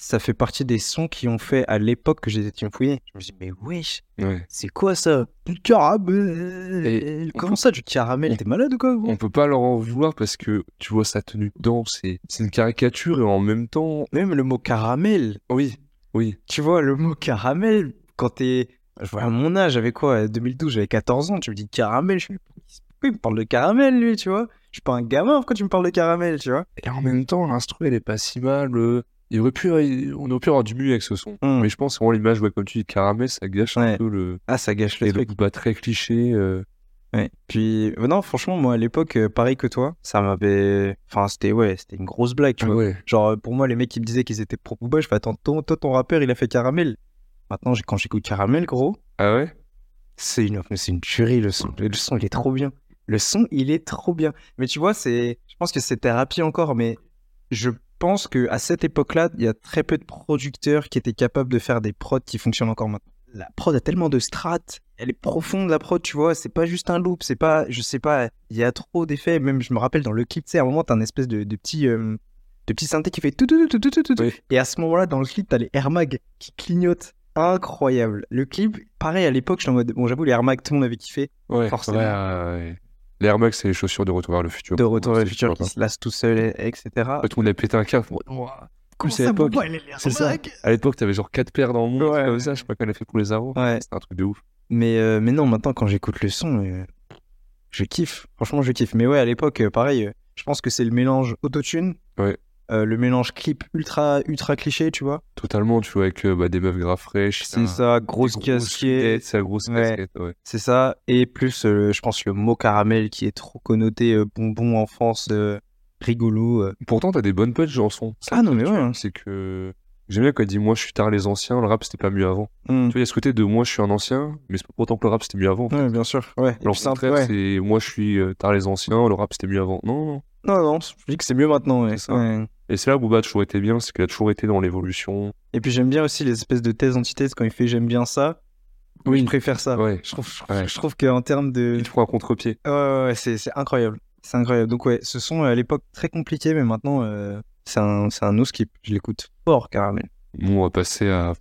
ça fait partie des sons qui ont fait à l'époque que j'étais Team Fouillé. Je me dis, mais wesh,
ouais.
c'est quoi ça Du caramel
Et on
Comment
peut-
ça, du caramel T'es malade ou quoi gros
On peut pas leur en vouloir parce que, tu vois, sa tenue de danse, c'est c'est une caricature et en même temps...
Même le mot caramel,
Oui, oui.
tu vois, le mot caramel, quand t'es. Je vois à mon âge, j'avais quoi 2012, j'avais 14 ans, tu me dis caramel, je suis. Pourquoi il me parle de caramel, lui, tu vois Je suis pas un gamin, pourquoi tu me parles de caramel, tu vois
Et en même temps, l'instru, elle est pas si mal. euh, Il aurait pu, il- on aurait pu avoir du mieux avec ce son.
Hmm.
Mais je pense, vraiment, l'image, ouais, comme tu dis, caramel, ça gâche
Ouais.
un peu le.
Ah, ça gâche le
Et le
truc.
booba très cliché. euh,
Ouais. Puis, euh, non, franchement, moi, à l'époque, euh, pareil que toi, ça m'avait. Enfin, c'était, ouais, c'était une grosse blague, tu vois.
ouais.
Genre, euh, pour moi, les mecs qui me disaient qu'ils étaient pro Booba, je fais, attends, ton- toi, ton rappeur, il a fait caramel. Maintenant, j'ai- quand j'écoute caramel, gros,
Ah ouais
c'est une, mais c'est une tuerie, le son. Le son, il est trop bien. Le son, il est trop bien. Mais tu vois, c'est. Je pense que c'est thérapie encore, mais je pense que à cette époque-là, il y a très peu de producteurs qui étaient capables de faire des prods qui fonctionnent encore maintenant. La prod a tellement de strates, elle est profonde la prod, tu vois, c'est pas juste un loop, c'est pas, je sais pas, il y a trop d'effets, même je me rappelle dans le clip, tu sais, à un moment, t'as un espèce de, de petit... euh, de petit synthé qui fait tout tout tout tout tout tout, tout.
Oui.
et à ce moment-là dans le clip t'as les Air Mag qui clignotent incroyable le clip pareil à l'époque j'étais en mode bon j'avoue les Air Mag tout le monde avait kiffé
Ouais,
Forcément.
ouais, ouais. Les Air Max, c'est les chaussures de retour vers le futur.
de retour vers le
C'est
futur
sympa.
qui se lasse tout seul et- etc
En fait, on a pété un câble. Ouah. Plus à l'époque, c'est ça. À l'époque, t'avais genre 4 paires dans le monde,
Ouais.
comme ça, je sais pas qu'on a fait pour les arros.
ouais
C'était un truc de ouf.
Mais, euh, mais non, maintenant, quand j'écoute le son, euh, je kiffe. Franchement, je kiffe. Mais ouais, à l'époque, euh, pareil, euh, je pense que c'est le mélange autotune,
Ouais.
euh, le mélange clip ultra, ultra cliché, tu vois.
Totalement, tu vois, avec euh, bah, des meufs gras fraîches. un-
C'est ça, grosse
des grosses lunettes,
casquette,
C'est la grosse
Ouais.
casquette, ouais.
c'est ça. Et plus, euh, je pense, le mot caramel qui est trop connoté euh, bonbon enfance, euh, rigolo. euh.
Pourtant, t'as des bonnes punches en son. Ça,
Ah non, mais
tu
ouais,
vois,
hein.
C'est que. J'aime bien quand il dit Moi, je suis tard les anciens, le rap, c'était pas mieux avant.
Mm.
Tu vois, il y a ce côté de Moi, je suis un ancien, mais c'est pas pour autant que le rap, c'était mieux avant.
Ouais, bien sûr. Ouais. Et
Alors,
puis,
au
c'est un-
contraire,
ouais.
c'est Moi, je suis euh, tard les anciens, le rap, c'était mieux avant. Non, non.
Non, non, je dis que c'est mieux maintenant. ouais.
C'est ça.
Ouais.
Et c'est là où Booba a toujours été bien, c'est qu'il a toujours été dans l'évolution.
Et puis, j'aime bien aussi les espèces de thèses, antithèses quand il fait j'aime bien ça.
Oui.
Je préfère ça.
Ouais.
Je trouve, je trouve,
Ouais.
je trouve qu'en termes de.
Il te prend un contre-pied.
Ouais, ouais, ouais, c'est c'est incroyable. C'est incroyable. Donc, ouais, ce son à l'époque très compliqué, mais maintenant, euh, c'est un, c'est un no skip. Je l'écoute fort, caramel.
Bon, on va passer à.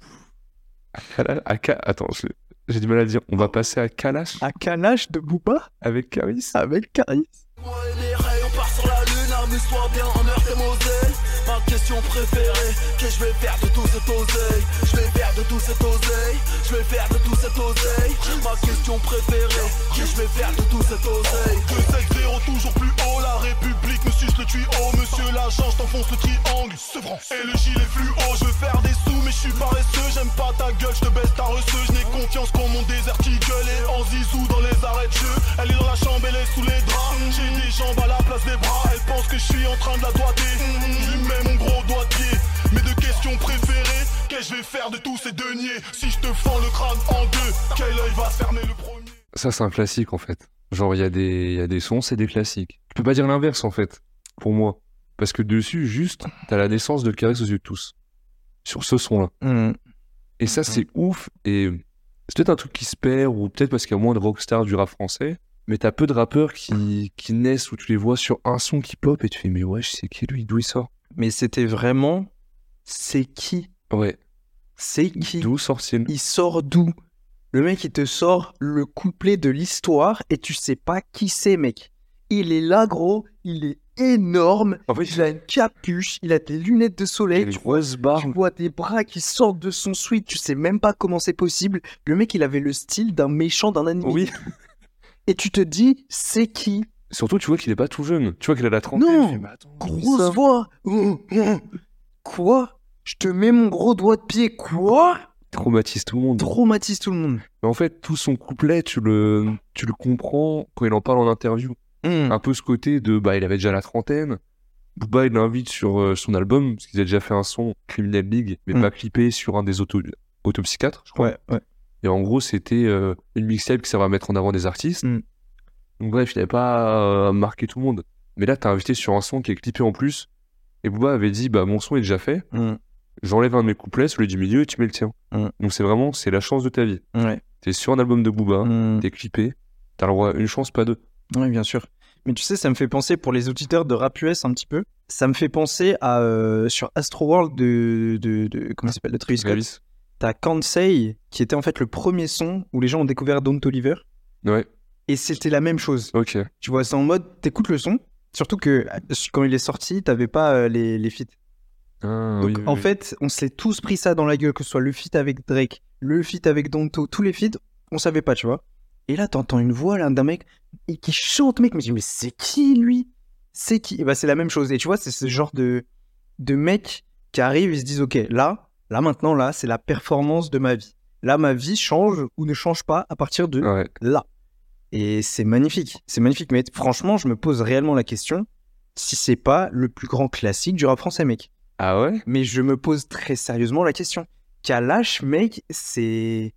à Kala- à Ka- Attends, je- j'ai du mal à le dire. On va passer à Kalash
À Kalash de Booba
avec Karis.
avec Caris.
Moi et mes rêves, on part sur la lune, mais sois bien en heure et Moselle. Ma question préférée, que je vais faire de tout cet oseille Je vais faire de tout cet oseille, je vais faire de tout cet oseille Ma question préférée, que je vais faire de tout cet oseille 2-7-0 toujours plus haut, la république me suce le tuyau Monsieur l'agent, je t'enfonce le triangle, sevrant Et le gilet fluo, je veux faire des sous mais je suis paresseux J'aime pas ta gueule, je te baisse ta receuse Je n'ai confiance qu'en mon désert qui gueule Et en zizou dans les arrêts de jeu Elle est dans la chambre, elle est sous les draps J'ai des jambes à la place des bras Elle pense que je suis en train de la doigter Je lui mets mon gros doigt de pied Mes deux questions préférées Qu'est-ce que je vais faire de tous ces deniers Si je te fends le crâne en deux Quel œil va se fermer le premier
Ça, c'est un classique en fait. Genre, il y, a des- il y a des sons, c'est des classiques. Tu peux pas dire l'inverse en fait, pour moi. Parce que dessus, juste, t'as la naissance de Caris aux yeux de tous. Sur ce son-là.
Hmm.
Et ça, c'est ouf. Et c'est peut-être un truc qui se perd, ou peut-être parce qu'il y a moins de rockstars du rap français. Mais t'as peu de rappeurs qui, qui naissent où tu les vois sur un son qui pop et tu fais, mais ouais, c'est qui lui D'où il sort
Mais c'était vraiment. C'est qui
Ouais.
C'est qui
D'où sort-il
Il sort d'où Le mec, il te sort le couplet de l'histoire et tu sais pas qui c'est, mec. Il est là, gros. Il est énorme.
En fait,
Il a une capuche, il a des lunettes
il
de
a
soleil.
une
Tu
grosse barbe.
tu vois des bras qui sortent de son sweat, tu sais même pas comment c'est possible. Le mec, il avait le style d'un méchant d'un anime.
Oui.
Et tu te dis, c'est qui
Surtout, tu vois qu'il est pas tout jeune. Tu vois qu'il a la trentaine.
Non.
Tu fais, Eh, mais attends,
Grosse
ça-
voix Hum, hum. Quoi Je te mets mon gros doigt de pied, quoi
Traumatise tout le monde.
Traumatise tout le monde.
Mais en fait, tout son couplet, tu le, tu le comprends quand il en parle en interview.
Hum.
Un peu ce côté de, bah, il avait déjà la trentaine. Booba, il l'invite sur euh, son album, parce qu'ils a déjà fait un son, Criminal League, mais
Mm.
pas clippé sur un des auto, autopsychiatres, je crois.
Ouais, ouais.
Et en gros, c'était euh, une mixtape qui servait à mettre en avant des artistes.
Mm.
Donc bref, il n'avait pas euh, marqué tout le monde. Mais là, t'as invité sur un son qui est clippé en plus. Et Booba avait dit, bah, mon son est déjà fait.
Hum.
J'enlève un de mes couplets, celui du milieu, et tu mets le tien.
Mm.
Donc c'est vraiment, c'est la chance de ta vie.
Ouais.
T'es sur un album de Booba,
Hum.
t'es clippé, t'as le droit à une chance, pas deux.
Oui, bien sûr. Mais tu sais, ça me fait penser, pour les auditeurs de Rap US un petit peu, ça me fait penser à, euh, sur Astroworld de, de, de, comment il s'appelle, de Travis Scott.
Travis.
T'as Kansei, qui était en fait le premier son où les gens ont découvert Don Toliver.
Ouais,
Et c'était la même chose.
ok.
Tu vois, c'est en mode, t'écoutes le son, surtout que euh, quand il est sorti, t'avais pas euh, les, les feats.
Ah,
Donc
oui,
en
oui.
fait, on s'est tous pris ça dans la gueule, que ce soit le feat avec Drake, le feat avec Donto, tous les feats, on savait pas, tu vois. Et là, t'entends une voix là d'un mec et qui chante, mec, mais je dis, mais c'est qui lui C'est qui Et bah, c'est la même chose. Et tu vois, c'est ce genre de, de mec qui arrive, ils se disent, ok, là, là maintenant, là, c'est la performance de ma vie. Là, ma vie change ou ne change pas à partir de
Ouais.
là. Et c'est magnifique, c'est magnifique. Mais franchement, je me pose réellement la question si c'est pas le plus grand classique du rap français, mec.
Ah ouais
Mais je me pose très sérieusement la question. Kalash, mec, c'est.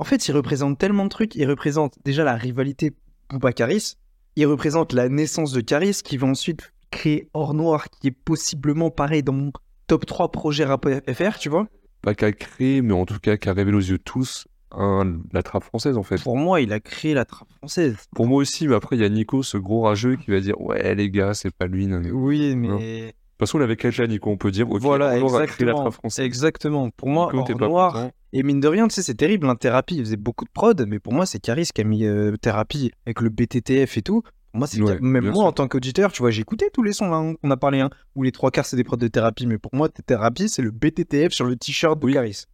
En fait, il représente tellement de trucs. Il représente déjà la rivalité Bouba-Caris. Il représente la naissance de Caris qui va ensuite créer Or Noir, qui est possiblement pareil dans mon top 3 projet rap FR, tu vois.
Pas qu'à créer, mais en tout cas qu'à révéler aux yeux de tous un- la trappe française en fait.
Pour moi, il a créé la trappe française.
Pour moi aussi, mais après, il y a Nico, ce gros rageux, qui va dire Ouais, les gars, c'est pas lui. non, mais- De toute
Oui,
Non. façon, on l'avait catché à Nico, on peut dire Ok,
voilà,
on va créer la
exactement.
trappe française.
Exactement. Pour moi,
Nico, t'es
Or
pas
Noir,
content.
Et mine de rien, tu sais, c'est terrible, hein, Thérapie, il faisait beaucoup de prod, mais pour moi, c'est Caris qui a mis euh, Thérapie avec le BTTF et tout. Pour moi, c'est
Ouais,
même
bien
moi, en tant qu'auditeur, tu vois, j'écoutais tous les sons là, hein, qu'on a parlé, hein, où les trois quarts, c'est des prods de Thérapie, mais pour moi, Thérapie, c'est le BTTF sur le t-shirt de Caris.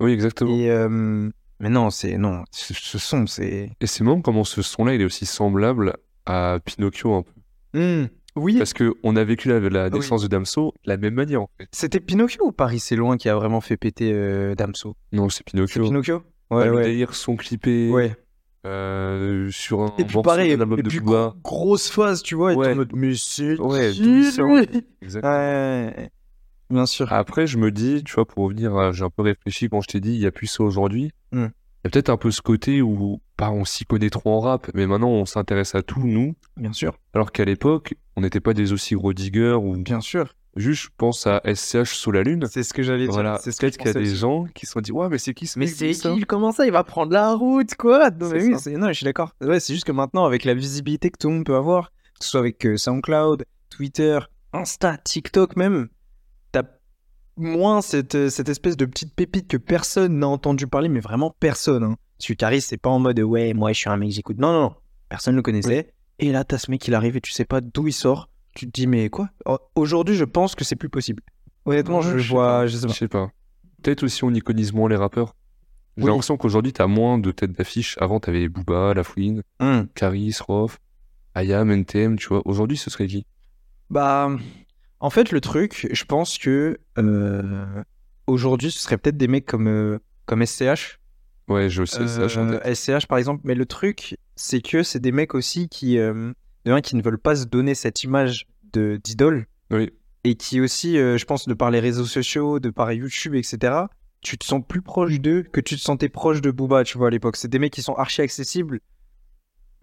Oui, exactement.
Et, euh, mais non, c'est. Non, ce, ce son, c'est.
Et c'est marrant comment ce son-là, il est aussi semblable à Pinocchio un peu.
Hmm, Oui, Ah
Parce qu'on a vécu la, la
Oui.
naissance de Damso de la même manière en fait.
c'était Pinocchio ou Paris C'est loin qui a vraiment fait péter euh, Damso
Non, c'est
C'est
Pinocchio.
Pinocchio
Bah,
Ouais,
le
ouais.
délire son clippé
ouais.
euh, sur un
Et puis
morceau
pareil,
d'un album
et
de
puis
Booba.
gro- grosse phase, tu vois, et
Ouais.
t'es en mode, mais c'est
Ouais,
qui,
d'où il sort
lui
Exact.
Ah. Ouais, bien sûr.
Après, je me dis, tu vois, pour revenir, à- j'ai un peu réfléchi quand je t'ai dit, il y a plus ça aujourd'hui. Il
Hmm.
y a peut-être un peu ce côté où, bah, on s'y connaît trop en rap, mais maintenant on s'intéresse à tout, nous.
Bien sûr,
Alors qu'à l'époque, on n'était pas des aussi gros diggers ou
bien sûr.
juste, je pense à SCH sous la lune.
C'est ce que j'allais dire.
Voilà,
c'est ce que
peut-être
je
qu'il y a
pensais
des
aussi.
gens qui se sont dit, ouais, mais c'est qui ce
Mais
mec,
c'est
lui, ça
qui Comment ça Il va prendre la route, quoi Non,
C'est
mais oui,
ça.
c'est- non, je suis d'accord. Ouais, c'est juste que maintenant, avec la visibilité que tout le monde peut avoir, que ce soit avec euh, SoundCloud, Twitter, Insta, TikTok même, t'as moins cette, euh, cette espèce de petite pépite que personne n'a entendu parler, mais vraiment personne. Hein. Parce que Caris, c'est pas en mode euh, ouais, moi je suis un mec, j'écoute. Non, non, non. Personne le connaissait. Et là, t'as ce mec, il arrive et tu sais pas d'où il sort. Tu te dis, mais quoi Oh, Aujourd'hui, je pense que c'est plus possible. Honnêtement, je,
Ouais, je sais
vois,
pas.
je sais
Je
pas.
sais pas. Peut-être aussi on iconise moins les rappeurs. J'ai
Oui.
l'impression qu'aujourd'hui, t'as moins de têtes d'affiche. Avant, t'avais Booba, Lafouine,
Hum.
Caris, Rof, Ayam, NTM, tu vois. Aujourd'hui, ce serait qui
Bah, en fait, le truc, je pense que euh, aujourd'hui, ce serait peut-être des mecs comme, euh, comme SCH.
Ouais, je sais, ça je suis en
Euh,
tête.
SCH, par exemple. Mais le truc, c'est que c'est des mecs aussi qui, euh, de un, qui ne veulent pas se donner cette image de- d'idole
Oui,
et qui aussi, euh, je pense, de par les réseaux sociaux, de par YouTube, etc., tu te sens plus proche d'eux que tu te sentais proche de Booba, tu vois, à l'époque. C'est des mecs qui sont archi accessibles.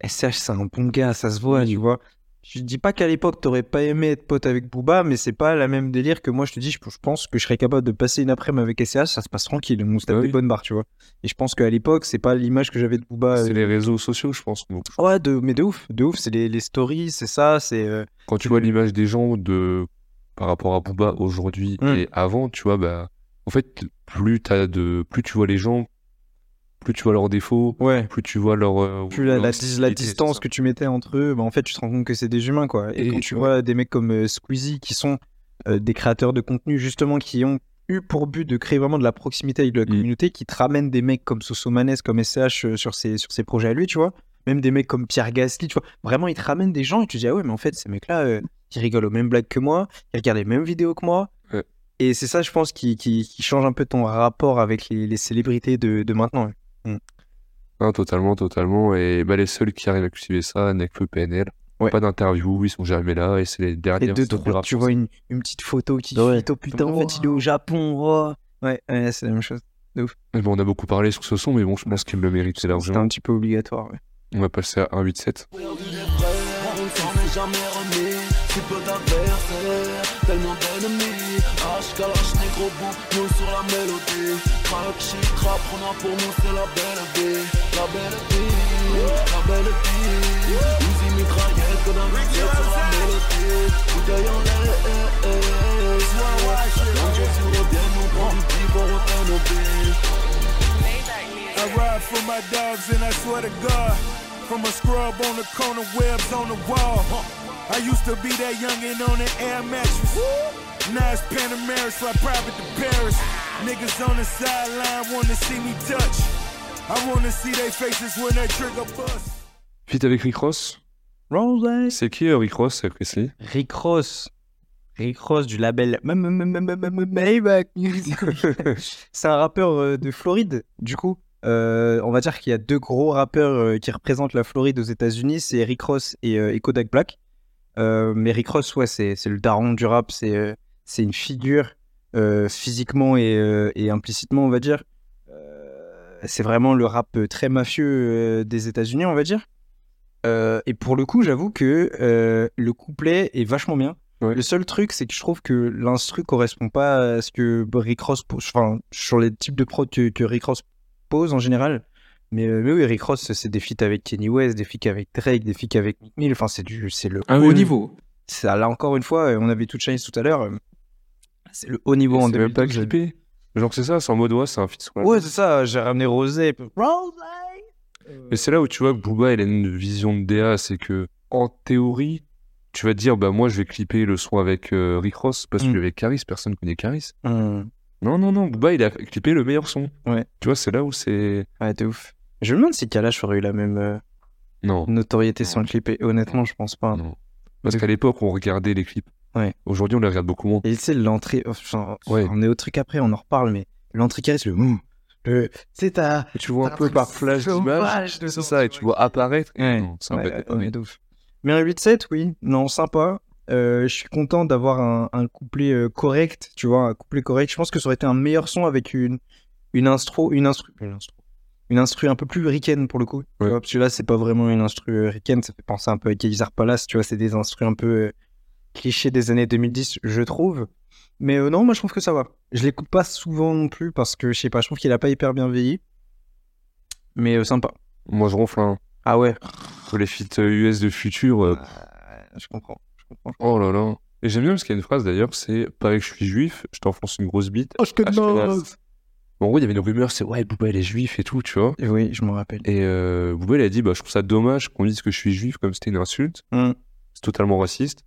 SCH, c'est un bon gars, ça se voit, tu vois. Je dis pas qu'à l'époque, t'aurais pas aimé être pote avec Booba, mais c'est pas la même délire que moi, je te dis, je, je pense que je serais capable de passer une après-midi avec SCH, ça se passe tranquille, on se tape
Ah
des
oui.
bonnes barres, tu vois. Et je pense qu'à l'époque, c'est pas l'image que j'avais de Booba. euh,
c'est les réseaux sociaux, je pense. Donc,
Ouais, de, mais de ouf, de ouf, c'est les, les stories, c'est ça, c'est... euh,
quand tu vois l'image des gens de par rapport à Booba aujourd'hui
Mm.
et avant, tu vois, bah, en fait, plus t'as de, plus tu vois les gens, plus tu vois leurs défauts,
Ouais.
plus tu vois leur. euh,
Plus la,
leur
la- la
sensibilité,
distance
c'est
que tu mettais entre eux, bah, en fait, tu te rends compte que c'est des humains, quoi.
Et-
Et, quand tu
ouais.
vois des mecs comme euh, Squeezie, qui sont euh, des créateurs de contenu, justement, qui ont eu pour but de créer vraiment de la proximité avec la communauté, qui te ramènent des mecs comme Sosomanes, comme SCH euh, sur ses, sur ses projets à lui, tu vois. Même des mecs comme Pierre Gasly, tu vois. Vraiment, ils te ramènent des gens et tu te dis, ah ouais, mais en fait, ces mecs-là, euh, ils rigolent aux mêmes blagues que moi, ils regardent les mêmes vidéos que moi.
Ouais.
Et c'est ça, je pense, qui, qui, qui change un peu ton rapport avec les, les célébrités de, de maintenant.
ça. Ah, totalement, totalement. Et bah, les seuls qui arrivent à cultiver ça, Nekfeu, PNL.
Ouais.
Pas d'interview, ils sont jamais là et c'est les
Et
dernières.
deux,
sortes de
trois, tu
rappeurs.
vois une, une petite photo qui
Ouais.
fit, oh putain, en fait, il est au Japon, oh. Ouais, ouais, c'est la même chose.
Eh ben, on a beaucoup parlé sur ce son, mais bon, je pense qu'il le mérite
C'était
largement.
un petit peu obligatoire. ouais.
On va passer à 1.8.7.
On ne s'en est jamais remis, si peu d'adversaires, tellement d'ennemis. H calache, négro bon, nous sur la mélodie. Crack, shit, crap, on a pour nous, c'est la belle vie. La belle vie, la belle vie. Nous y mitraillettes que dans le ciel sur la mélodie. Bouteille en l'air, Dans Dieu sur le bien, on prend du pied pour reprendre nos billes.
I ride for my dogs and I swear to God, from a scrub on the corner, webs on the wall. I used to be that youngin' on the air mattress. Now it's Panamera, so I private to Paris. Niggas on the sideline wanna see me touch. I wanna see their faces when they trigger bust.
Fit avec Rick Ross. C'est qui euh, Rick Ross, euh, Presley
Rick Ross. Rick Ross du label M- M- M- M- M- M- Maybach Music.
c'est un rappeur euh, de Floride, du coup. Euh, on va dire qu'il y a deux gros rappeurs euh, qui représentent la Floride aux États-Unis, c'est Rick Ross et, euh, et Kodak Black. Euh, mais Rick Ross, ouais, c'est c'est le daron du rap, c'est euh, c'est une figure euh, physiquement et, euh, et implicitement, on va dire. Euh, c'est vraiment le rap euh, très mafieux euh, des États-Unis, on va dire. Euh, et pour le coup, j'avoue que euh, le couplet est vachement bien.
Ouais.
Le seul truc, c'est que je trouve que l'instru correspond pas à ce que Rick Ross, pose- enfin, sur les types de prod que, que Rick Ross pose en général. Mais, euh, mais oui, Rick Ross, c'est des feats avec Kenny West, des feats avec Drake, des feats avec Meek Mill. Enfin, c'est du, c'est le haut niveau. Ça, là encore une fois, euh, on avait tout Chinese tout à l'heure. euh, C'est le haut niveau en
C'est même pas
2012.
clippé. Genre, c'est ça, c'est en mode, ouais, c'est un fit. ouais.
Ouais, c'est ça. J'ai ramené Rosé.
Mais c'est là où tu vois que Booba, il a une vision de DA, c'est que, en théorie, tu vas te dire, bah moi, je vais clipper le son avec euh, Rick Ross parce
Mm.
que avec Caris, personne connaît Caris.
Hum.
Non, non, non, Booba, il a clippé le meilleur son.
Ouais.
Tu vois, c'est là où c'est.
Ouais, t'es ouf. Je me demande si Kalash aurait eu la même euh,
Non.
notoriété sans le clip. Et honnêtement, je pense pas.
non. Parce qu'à l'époque, on regardait les clips.
Ouais.
Aujourd'hui, on les regarde beaucoup moins.
Et tu sais, l'entrée. oh, enfin,
Ouais.
On est au truc après, on en reparle, mais l'entrée qui reste le. mou, le- C'est ta.
Tu vois un peu par flash d'image.
sauvage de
C'est
son,
ça, et
tu
tu vois apparaître. et
Ouais.
non, ça
Ouais,
va être-
ouais,
mais-
ouais, de ouf. Mais un 8-7, oui. Non, sympa. Euh, je suis content d'avoir un, un couplet euh, correct, tu vois, un couplet correct. Je pense que ça aurait été un meilleur son avec une, une instro, une instru, une instru, une instru un peu plus ricaine pour le coup. tu
Ouais.
vois, parce que là, c'est pas vraiment une instru euh, ricaine, ça fait penser un peu à Kaiser Palace, tu vois, c'est des instrus un peu euh, clichés des années 2010, je trouve. Mais euh, non, moi je trouve que ça va. Je l'écoute pas souvent non plus parce que je sais pas, je trouve qu'il a pas hyper bien vieilli. Mais euh, sympa.
Moi, je ronfle un.
Ah ouais,
Pour les feats euh, US de futur, euh,
je comprends. Je comprends.
oh là là. Et j'aime bien parce qu'il y a une phrase d'ailleurs, c'est pareil que je suis juif, je t'enfonce une grosse
Oh,
bite. Ashkenaz. Bon, en gros, il y avait une rumeur, c'est ouais, Booba, il est juif et tout, tu vois.
Oui, je me rappelle.
Et euh, Booba, il a dit, bah, je trouve ça dommage qu'on dise que je suis juif comme c'était une insulte.
Mm.
C'est totalement raciste.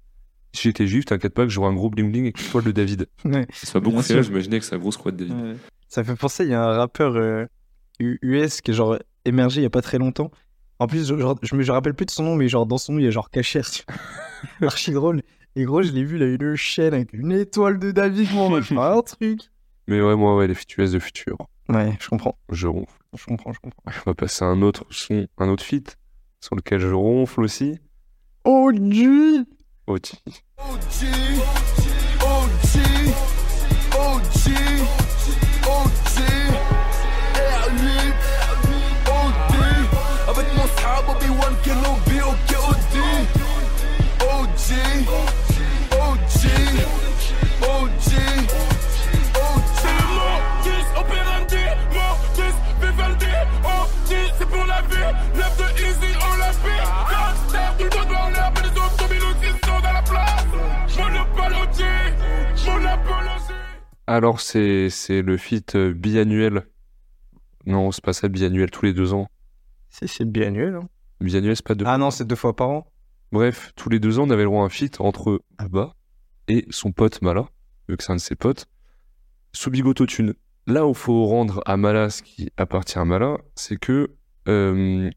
Si j'étais juif, t'inquiète pas que j'aurais un gros bling bling et que je sois le David.
Ouais.
Ça
Bien
m'a beaucoup fait
sûr.
rire, j'imaginais que c'est un gros squat David.
Ça fait penser, il y a un rappeur euh, U- US qui est genre émergé il y a pas très longtemps. En plus, je, genre, je me je me rappelle plus de son nom, mais genre dans son nom, il y a genre Cacher. tu vois. Archi drôle. Et gros, je l'ai vu, il a une chaîne avec une étoile de David, moi, en mode, ah, un truc.
Mais ouais, moi, ouais, les feats US de futur,
Ouais, je comprends.
je ronfle.
Je comprends, je comprends.
On va passer à un autre son, un autre feat, sur lequel je ronfle aussi.
Oh, Dieu
Oh, tiens.
OG, OG, OG, OG, R8, OD, avec mon sahab Obi-Wan Kenobi, ok OD, OG, OG, OG, OG.
C'est le Mantis, Operandi, Mantis, Vivaldi, Antis, c'est pour la vie, Neuf de Easy, on la fait, Gangster, tout le monde va en l'air, mais les autres tombent ils sont dans la place, Monopoloti, Monopologie.
Alors, c'est c'est le feat euh, biannuel Non, c'est pas ça, biannuel tous les deux ans.
Si, c'est biannuel. Hein.
Biannuel, c'est pas deux.
Ah non, c'est deux fois par an
Bref, tous les deux ans, on avait le droit à un feat entre Abba et son pote Mala, vu que c'est un de ses potes, sous Bigot Tune. Là où faut rendre à Mala ce qui appartient à Mala, c'est que euh,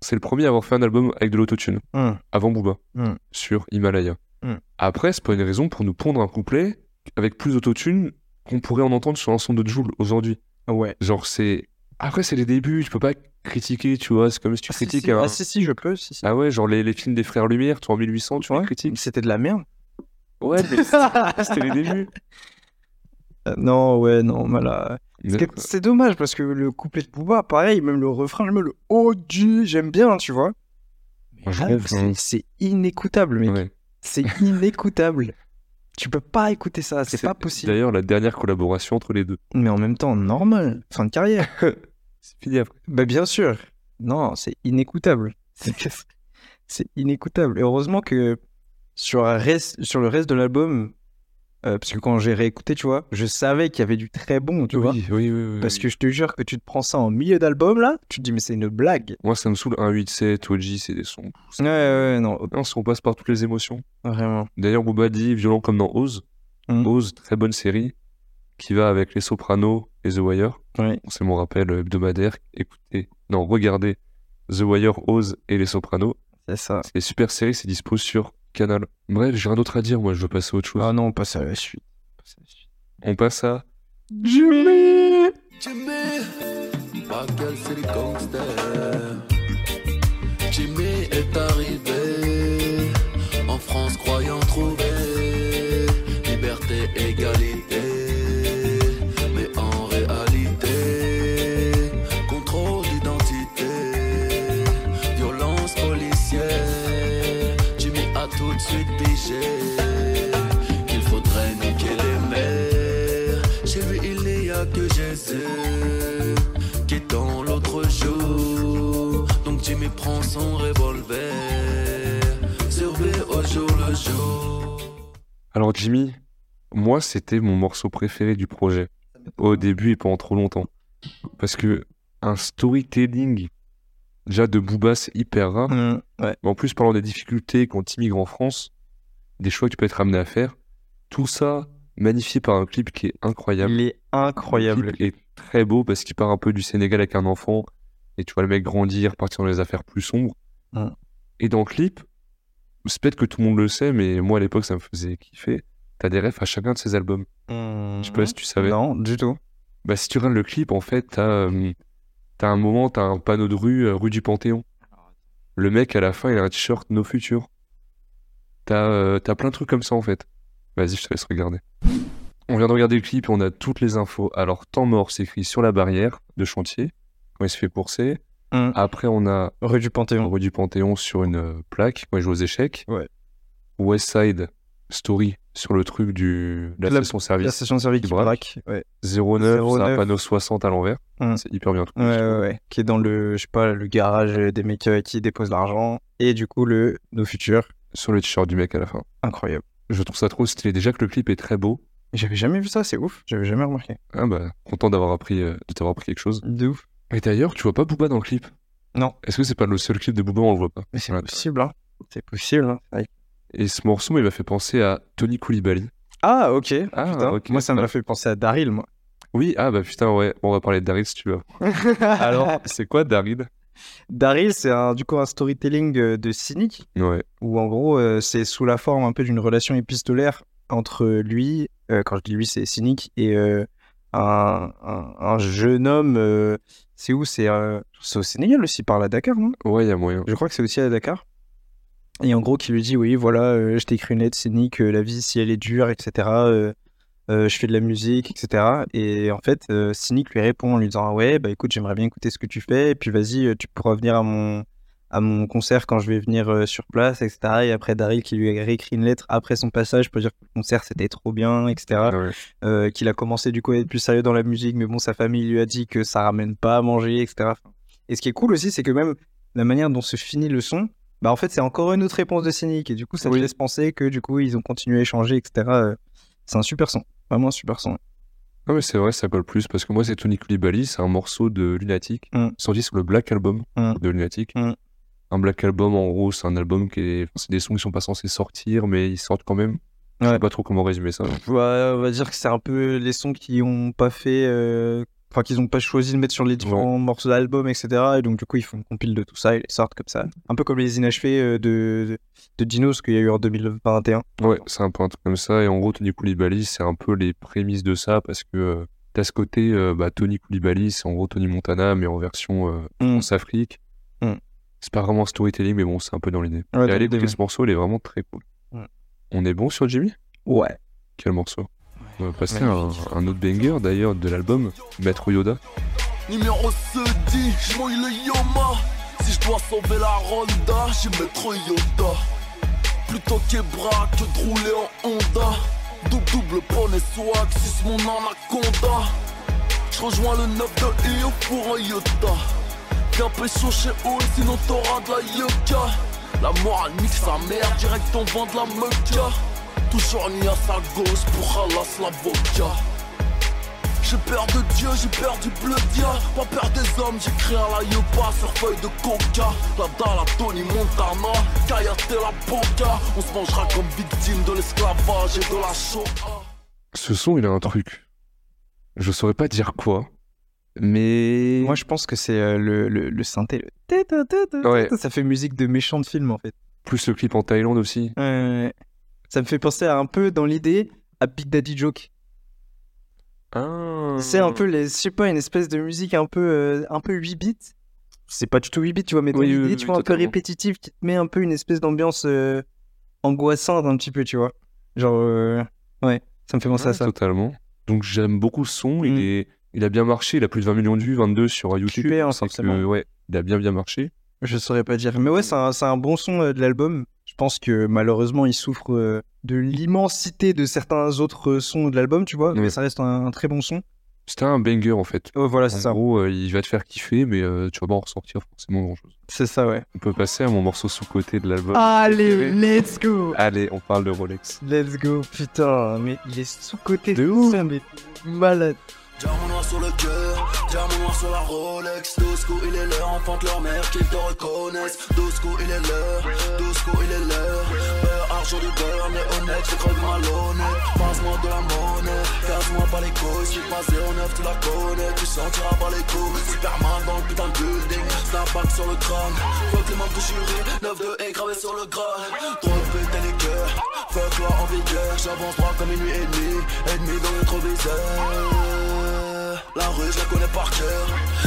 c'est le premier à avoir fait un album avec de l'autotune,
Hmm.
avant Booba,
Hmm.
sur Himalaya.
Hmm.
Après, c'est pas une raison pour nous pondre un couplet avec plus d'autotune qu'on pourrait en entendre sur l'ensemble de Joule aujourd'hui.
Ouais.
Genre, c'est. Après, c'est les débuts, tu peux pas critiquer, tu vois, c'est comme si tu
Ah, si,
critiques.
si.
un-
Ah si, si, je peux. Si, si.
Ah ouais, genre les, les films des Frères Lumière, toi en 1800, tu vois, critiques.
C'était de la merde.
Ouais, mais c'était- c'était les débuts.
Euh, non, ouais, non, Mala.
Mais-
C'est- C'est dommage parce que le couplet de Booba, pareil, même le refrain, même le oh Dieu, j'aime bien, tu vois.
Moi, je
Ah,
rêve,
c'est-
hein.
c'est inécoutable, mec.
Ouais.
C'est inécoutable. Tu peux pas écouter ça, c'est pas possible.
D'ailleurs, la dernière collaboration entre les deux.
Mais en même temps, normal, fin de carrière.
C'est fini après.
bah bien sûr. Non, c'est inécoutable. C'est- c'est inécoutable. Et heureusement que sur, un reste- sur le reste de l'album, euh, parce que quand j'ai réécouté, tu vois, je savais qu'il y avait du très bon, tu vois.
oui, oui, oui, oui,
Parce
oui.
que je te jure que tu te prends ça en milieu d'album, là, tu te dis, mais c'est une blague.
Moi, ça me saoule 187, OG, c'est des sons.
Ouais, ouais, non,
Non, si on passe par toutes les émotions.
vraiment.
D'ailleurs, Booba dit violent comme dans Oz.
Mm.
Oz, très bonne série qui va avec Les Sopranos et The Wire.
Ouais.
C'est mon rappel hebdomadaire. Écoutez, non, regardez The Wire, Oz et Les Sopranos.
C'est ça.
C'est super série, c'est dispo sur Canal. Bref, j'ai rien d'autre à dire, moi, je veux passer à autre chose.
Ah non, on passe à la suite.
On passe à.
Jimmy, pas quel c'est les gangsters. Jimmy est arrivé en France croyant trouver liberté, égalité. Mais en réalité, contrôle d'identité, violence policière. Jimmy a tout de suite pigé qu'il faudrait niquer les mères. J'ai vu il y a que Jésus qui est dans l'autre jour. Donc Jimmy prend son revolver, surveille au jour le jour.
Alors Jimmy, moi c'était mon morceau préféré du projet, au début et pendant trop longtemps. Parce que un storytelling déjà de Booba c'est hyper rare.
Mmh, ouais.
Mais en plus parlant des difficultés quand tu immigres en France, des choix que tu peux être amené à faire, tout ça magnifié par un clip qui est incroyable.
Il est incroyable.
Le clip est très beau parce qu'il part un peu du Sénégal avec un enfant et tu vois le mec grandir, partir dans les affaires plus sombres.
Mm.
Et dans le clip, c'est peut-être que tout le monde le sait, mais moi à l'époque ça me faisait kiffer. T'as des refs à chacun de ses albums.
Mmh.
Je sais pas si tu savais.
Mhm. Non, du tout.
Bah, si tu regardes le clip, en fait, t'as euh, t'as un moment, t'as un panneau de rue, euh, rue du Panthéon. Le mec, à la fin, il a un t-shirt No Future. T'as euh, t'as plein de trucs comme ça, en fait. Vas-y, je te laisse regarder. On vient de regarder le clip et on a toutes les infos. Alors, temps mort s'écrit sur la barrière de chantier, quand il se fait courser.
Mm.
Après, on a
Rue du Panthéon.
rue du Panthéon sur une euh, plaque, quand il joue aux échecs.
Ouais.
West Side Story sur le truc du, de la
Club-
station
La
service.
station de service
Qui
qui
braque.
braque. Ouais.
09, c'est un
09.
panneau 60 à l'envers.
Mm.
C'est hyper bien trouvé.
ouais,
je trouve.
ouais, ouais. Qui est dans le, je sais pas, le garage des mecs euh, qui déposent l'argent. Et du coup, le nos futurs.
Sur le t-shirt du mec à la fin.
Incroyable.
Je trouve ça trop stylé. Déjà que le clip est très beau.
J'avais jamais vu ça, c'est ouf. J'avais jamais remarqué.
Ah bah, content d'avoir appris, euh, de t'avoir appris quelque chose.
De ouf.
Et d'ailleurs, tu vois pas Booba dans le clip
Non.
Est-ce que c'est pas le seul clip de Booba où on le voit pas
Mais c'est
Voilà.
possible, hein. C'est possible, hein. Ouais.
Et ce morceau, il m'a fait penser à Tony Koulibaly.
Ah, ok.
Ah,
Putain.
ok.
Moi, ça m'a fait penser à Daryl, moi.
Oui, ah bah putain, ouais. Bon, on va parler de Daryl si tu veux. Alors, c'est quoi Daryl
Daryl, c'est un, du coup un storytelling euh, de cynique.
Ouais.
où en gros, euh, c'est sous la forme un peu d'une relation épistolaire entre lui, euh, quand je dis lui, c'est cynique, et euh, un, un- un jeune homme. euh, c'est où C'est euh, c'est au Sénégal aussi, par la Dakar, non
Ouais, il y a moyen.
Je crois que c'est aussi à Dakar. Et en gros, qui lui dit Oui, voilà, euh, je t'écris une lettre cynique, euh, la vie, si elle est dure, etc. euh, euh, je fais de la musique, etc. Et en fait, euh, Cynique lui répond en lui disant Ah Ouais, bah écoute, j'aimerais bien écouter ce que tu fais, et puis vas-y, euh, tu pourras venir à mon, à mon concert quand je vais venir euh, sur place, etc. Et après, Daryl qui lui a réécrit une lettre après son passage pour dire que le concert c'était trop bien, etc.
Ouais.
Euh, qu'il a commencé du coup à être plus sérieux dans la musique, mais bon, sa famille lui a dit que ça ramène pas à manger, etc. Enfin, Et ce qui est cool aussi, c'est que même la manière dont se finit le son, bah en fait, c'est encore une autre réponse de Cynique, et du coup, ça te laisse penser que du coup, ils ont continué à échanger, etc. Euh, C'est un super son, vraiment un super son.
Ah mais c'est vrai, ça colle plus parce que moi c'est Tony Koulibaly, c'est un morceau de Lunatic
Mm.
sorti sur le Black Album
Mm.
de Lunatic.
Mm.
Un Black Album en gros, c'est un album qui est, enfin, c'est des sons qui sont pas censés sortir mais ils sortent quand même. Je
Ouais.
sais pas trop comment résumer ça.
Ouais, on va dire que c'est un peu les sons qui ont pas fait. euh, Enfin, qu'ils ont pas choisi de mettre sur les différents morceaux d'album, etc. Et donc, du coup, ils font une compile de tout ça et les sortent comme ça. Un peu comme les inachevés euh, de, de, de Gino, ce qu'il y a eu en 2021.
Ouais, c'est un peu un truc comme ça. Et en gros, Tony Koulibaly, c'est un peu les prémices de ça parce que euh, t'as ce côté, euh, bah, Tony Koulibaly, c'est en gros Tony Montana, mais en version euh,
Mm.
France-Afrique.
Mm.
C'est pas vraiment un storytelling, mais bon, c'est un peu dans l'idée.
Ouais,
et
dans
allez écouter
l'idée,
ce morceau, il est vraiment très cool.
Ouais.
On est bon sur Jimmy
Ouais.
Quel morceau On va passer à un, un autre banger d'ailleurs de l'album, Maître Yoda.
Numéro se dit, j'mouille le Yoma. Si je dois sauver la Ronda, j'y mettrai Yoda. Plutôt bras que de rouler en Honda. Double double bonnet swag, suce mon anaconda. J'rejoins le 9 de Io pour un Yota. Viens pécho chez Hall, sinon t'auras de la yoga. La morale nique sa mère, direct on vend de la mecca. Toujours ni à sa gauche pour Halas l'avocat. J'ai peur de Dieu, j'ai peur du bleu dia Pas peur des hommes, j'écris à la Yoba sur feuille de coca La dalle à Tony Montana, Kayate la boca On se mangera comme victime de l'esclavage et de la Shoah
Ce son, il a un truc. Je saurais pas dire quoi, mais.
Moi, je pense que c'est euh, le, le, le synthé. le tê, tê, tê, tê, tê.
Ouais,
Ça fait musique de méchant de film, en fait.
plus le clip en Thaïlande aussi.
Euh, ça me fait penser à un peu, dans l'idée, à Big Daddy Joke.
Hmm.
C'est un peu, les, je sais pas, une espèce de musique un peu, euh, un peu 8 bits. C'est pas du tout 8 bits, tu vois, mais dans
Oui, oui,
l'idée,
oui,
tu vois, un peu
totalement.
répétitive, qui te met un peu une espèce d'ambiance euh, angoissante, un petit peu, tu vois. Genre, euh, ouais, ça me fait penser à
Ouais,
ça.
Totalement. Donc j'aime beaucoup ce son. Il,
Mm.
est, il a bien marché. Il a plus de 20 millions de vues, 22 sur euh, YouTube.
Clippé, hein,
C'est que,
forcément.
ouais, il a bien bien marché.
Je saurais pas dire. Mais ouais, c'est un, c'est un bon son euh, de l'album. Je pense que malheureusement, il souffre euh, de l'immensité de certains autres euh, sons de l'album, tu vois. Mais
Ouais.
ça reste un, un très bon son.
C'était un banger en fait.
Ouais,
En
voilà, c'est ça.
gros, euh, il va te faire kiffer, mais euh, tu vas pas en ressortir forcément grand chose.
C'est ça, ouais.
On peut passer à mon morceau sous-côté de l'album.
Ah. Allez, let's go
Allez, on parle de Rolex.
Let's go, putain, mais il est sous-côté
De ouf.
ça, mais malade.
Diamant noir sur le cœur, diamant noir sur la Rolex Dosco il est l'heure, enfante leur mère qu'ils te reconnaissent Dosco il est l'heure, Dosco il est l'heure Beurre, argent du beurre, mais honnête, je crois que malhonnête Passe-moi de la monnaie, casse-moi pas les couilles Je suis pas 09, tu la connais, tu sentiras pas les couilles Superman dans le putain de building, snapback sur le crâne Fuck les membres du jury, 9 de est gravé sur le crâne Drogue pété les cœurs, fuck loi en vigueur J'avance droit comme une nuit et demie, ennemi dans le rétroviseur La rue je la connais par cœur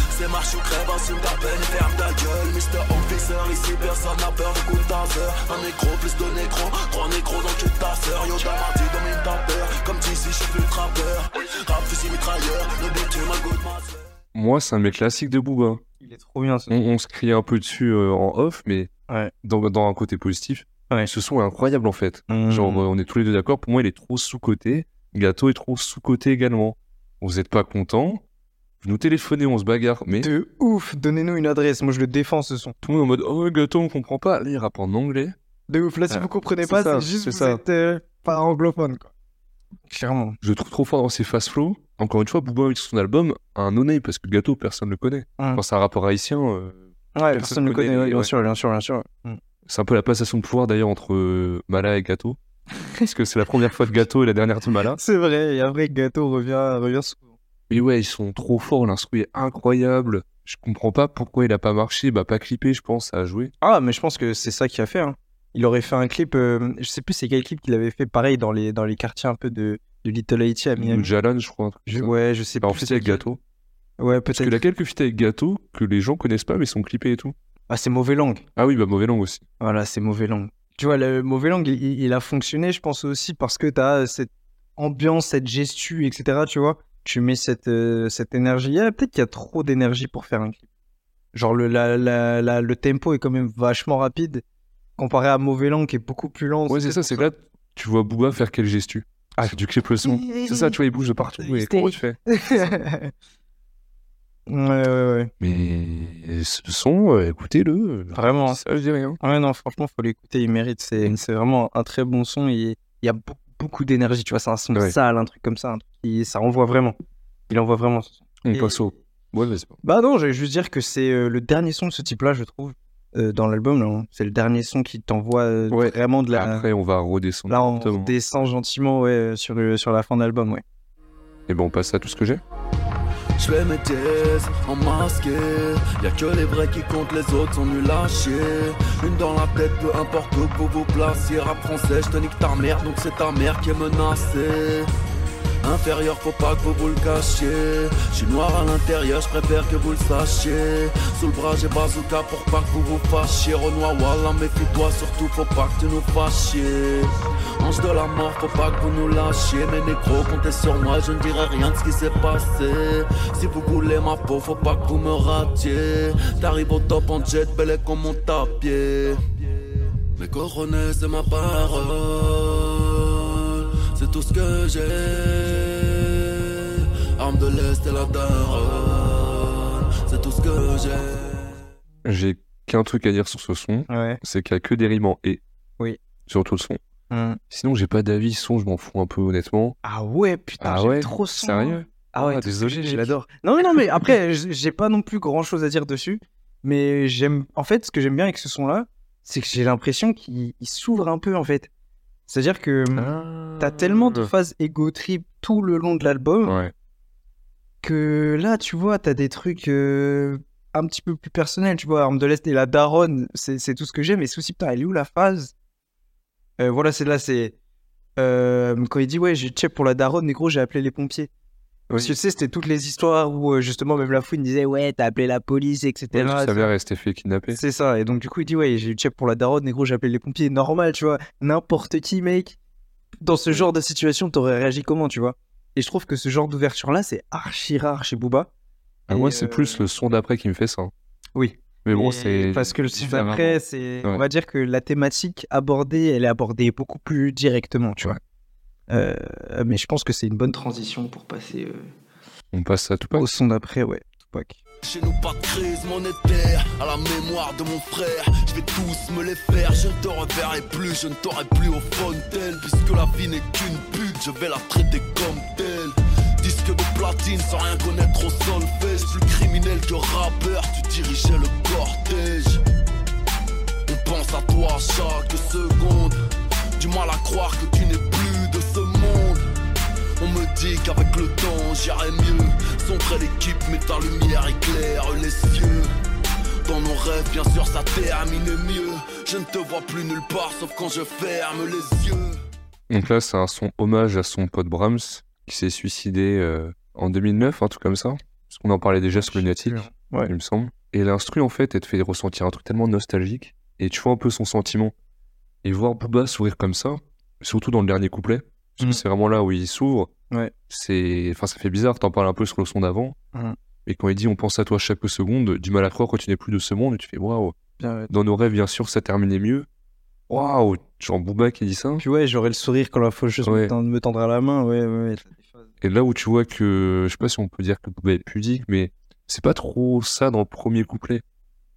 C'est marche ou crève, assume ta peine et ferme ta gueule Mister Officer, ici personne n'a peur du coup de ta sœur Un négro plus de négro, trois négros dans le cul de ta sœur Yoda Marty domine ta peur, comme d'ici je suis plus trappeur Rap, fusil, mitrailleur, le bitume, un goût de ma sœur
Moi, c'est un de mes classiques de Booba.
Il est trop bien, ça.
On, on se crie un peu dessus euh, en off, mais
Ouais.
dans, dans un côté positif.
Ouais. Mmh.
Ce son est incroyable en fait. Genre, euh, on est tous les deux d'accord. Pour moi, il est trop sous-coté. Gâteau est trop sous-coté également. Vous n'êtes pas content. Vous nous téléphonez, on se bagarre. Mais
de ouf, donnez-nous une adresse, moi je le défends ce son.
tout le monde en mode Oh, gâteau, on comprend pas. Là, il rappe en anglais.
De ouf, là si
Ah,
vous comprenez
c'est
pas,
ça,
c'est juste
c'est
vous
ça.
êtes euh, pas anglophone, quoi. Clairement.
Je le trouve trop fort dans ses fast flows. Encore une fois, Booba avec son album, un no parce que gâteau, personne ne le connaît.
Hum.
Quand c'est un rappeur haïtien, euh,
Ouais,
personne
personne ne le
connaît,
connaît, ouais, bien
ouais.
sûr, bien sûr, bien sûr. Mm.
c'est un peu la passation de pouvoir d'ailleurs entre euh, Mala et gâteau. Parce que c'est la première fois de gâteau et la dernière de Mala.
C'est vrai, et après Gâteau revient, revient souvent.
Mais ouais, ils sont trop forts, l'instru est incroyable. Je comprends pas pourquoi il a pas marché, bah pas clippé, je pense, à jouer.
Ah, mais je pense que c'est ça qui a fait. hein. Il aurait fait un clip, euh, je sais plus c'est quel clip qu'il avait fait, pareil, dans les, dans les quartiers un peu de, de Little Haiti à
Ou
Miami.
Jalan, Mm, je crois. Un truc
Je-
comme ça.
ouais, je sais
Bah, en
plus
fait,
c'est
avec
lequel.
gâteau.
Ouais,
Parce qu'il
peut-être.
a quelques feats avec gâteau que les gens connaissent pas, mais sont clippés et tout.
Ah, c'est mauvais langue.
Ah oui, bah mauvais langue aussi.
Voilà, c'est mauvais langue. Tu vois, le mauvais langue, il, il- il a fonctionné, je pense aussi, parce que tu as cette ambiance, cette gestu, etc. Tu vois, tu mets cette, euh, cette énergie. Il y a- Peut-être qu'il y a trop d'énergie pour faire un clip. Genre, le, la- la- la- le tempo est quand même vachement rapide, comparé à mauvais langue qui est beaucoup plus lent.
Ouais, c'est ça, c'est que là, tu vois Booba faire quel gestu. Ah, du clip le son. C'est ça, tu vois, il bouge de partout. Et comment tu fais
ouais, ouais, ouais.
Mais ce son, euh, écoutez-le.
Vraiment,
Ça, je dis rien.
Ah
Mm.
Ouais, non, franchement, faut l'écouter, il mérite. C'est c'est vraiment un très bon son. Il il y a beaucoup, beaucoup d'énergie, tu vois, c'est un son
Ouais.
sale, un truc comme ça, un truc qui- ça envoie vraiment. Il envoie vraiment ce son.
On
Et-
passe au. Ouais, vas-y.
Bah non, j'allais juste dire que c'est euh, le dernier son de ce type-là, je trouve, euh, dans l'album. là, hein. C'est le dernier son qui t'envoie euh,
Ouais.
vraiment de la.
Après, on va redescendre.
Là, on
directement.
descend gentiment ouais, euh, sur, euh, sur la fin de l'album, ouais.
Et ben, on passe à tout ce que j'ai.
Je fais mes thèses en masqué. Y'a que les vrais qui comptent, les autres sont nuls à chier. Une dans la tête, peu importe où vous vous placiez. Rap français, je te nique ta mère, donc c'est ta mère qui est menacée. Inférieur, faut pas que vous vous le cachiez. Je suis noir à l'intérieur, je préfère que vous le sachiez. Sous le bras, j'ai bazooka pour pas que vous vous fâchiez. Renoir, voilà, méfie-toi surtout, faut pas que tu nous fâchiez. Ange de la mort, faut pas que vous nous lâchiez. Mes négros, comptez sur moi, je ne dirai rien de ce qui s'est passé. Si vous voulez ma peau, faut pas que vous me ratiez. T'arrives au top en jet, belle comme mon tapier. Mes coronets, c'est ma parole. C'est tout ce que j'ai. Arme de l'Est et la daronne. C'est tout ce que j'ai.
J'ai qu'un truc à dire sur ce son,
Ouais.
c'est qu'il y a que des rimes en et.
Oui.
Sur tout le son. Sinon, j'ai pas d'avis, son, je m'en fous un peu, honnêtement.
Mm. Ah ouais, putain,
ah
j'aime
ouais
trop ce son.
Sérieux
Ah ouais,
Ah,
tout ce
désolé,
que j'ai,
mec.
je l'adore. Non, mais non, mais après, j- j'ai pas non plus grand chose à dire dessus. Mais j'aime. En fait, ce que j'aime bien avec ce son-là, c'est que j'ai l'impression qu'il il s'ouvre un peu, en fait. C'est-à-dire que
Ah.
t'as tellement de phases ego trip tout le long de l'album
Ouais.
que là, tu vois, t'as des trucs euh, un petit peu plus personnels, tu vois, Arme de l'Est et la Daronne, c'est c'est tout ce que j'aime, mais souci, putain, elle est où la phase Euh, Voilà, c'est là, c'est. euh, quand il dit, ouais, j'ai check pour la Daronne, mais gros, j'ai appelé les pompiers. Parce que tu sais, c'était toutes les histoires où euh, justement, même la fouine disait, ouais, t'as appelé la police, etc.
Ouais, tu savais rester fait kidnapper.
C'est ça. Et donc, du coup, il dit Ouais, j'ai eu check pour la daronne, négro, j'ai appelé les pompiers. Normal, tu vois. N'importe qui, mec, dans ce genre de situation, t'aurais réagi comment, tu vois Et je trouve que ce genre d'ouverture-là, c'est archi rare chez Booba.
Ah,
Et,
moi, c'est
euh,
plus le son d'après qui me fait ça.
Oui.
Mais bon,
Et
c'est.
Parce que le titre
différent.
d'après, c'est. On
Ouais.
va dire que la thématique abordée, elle est abordée beaucoup plus directement, tu vois. Euh, mais je pense que c'est une bonne transition pour passer euh,
On passe à tout pas.
au son d'après, ouais. Tupac.
Chez nous pas de crise monétaire À la mémoire de mon frère Je vais tous me les faire Je ne te reverrai plus Je ne t'aurai plus au fontaine Puisque la vie n'est qu'une pute Je vais la traiter comme telle Disque de platine sans rien connaître au solfège Plus criminel que rappeur Tu dirigeais le cortège On pense à toi à chaque seconde Du mal à croire que tu n'es plus de ce monde on me dit qu'avec le temps j'irai mieux. Sombrer l'équipe, mais ta lumière éclaire les cieux. Dans nos rêves, bien sûr, ça termine mieux. Je ne te vois plus nulle part, sauf quand je ferme les yeux.
Donc là, c'est un son hommage à son pote Brahms, qui s'est suicidé euh, en 2009, un truc comme ça. Parce qu'on en parlait déjà sur Lunatic,
Ouais.
il me semble. Et l'instru, en fait, elle te fait ressentir un truc tellement nostalgique. Et tu vois un peu son sentiment. Et voir Booba sourire comme ça, surtout dans le dernier couplet, parce
Mm.
que c'est vraiment là où il s'ouvre.
Ouais.
C'est... Enfin, ça fait bizarre, t'en parles un peu sur le son d'avant.
Mm.
Et quand il dit on pense à toi chaque seconde, du mal à croire que tu n'es plus de ce monde, et tu fais waouh.
Bien, ouais.
Dans nos rêves, bien sûr, ça terminait mieux. Waouh, genre Booba qui dit ça.
Puis ouais, j'aurai le sourire quand la faucheuse me
Ouais.
tend- me tendra la main, ouais, ouais. ouais.
Et là où tu vois que, je sais pas si on peut dire que Booba est pudique, mais c'est pas trop ça dans le premier couplet.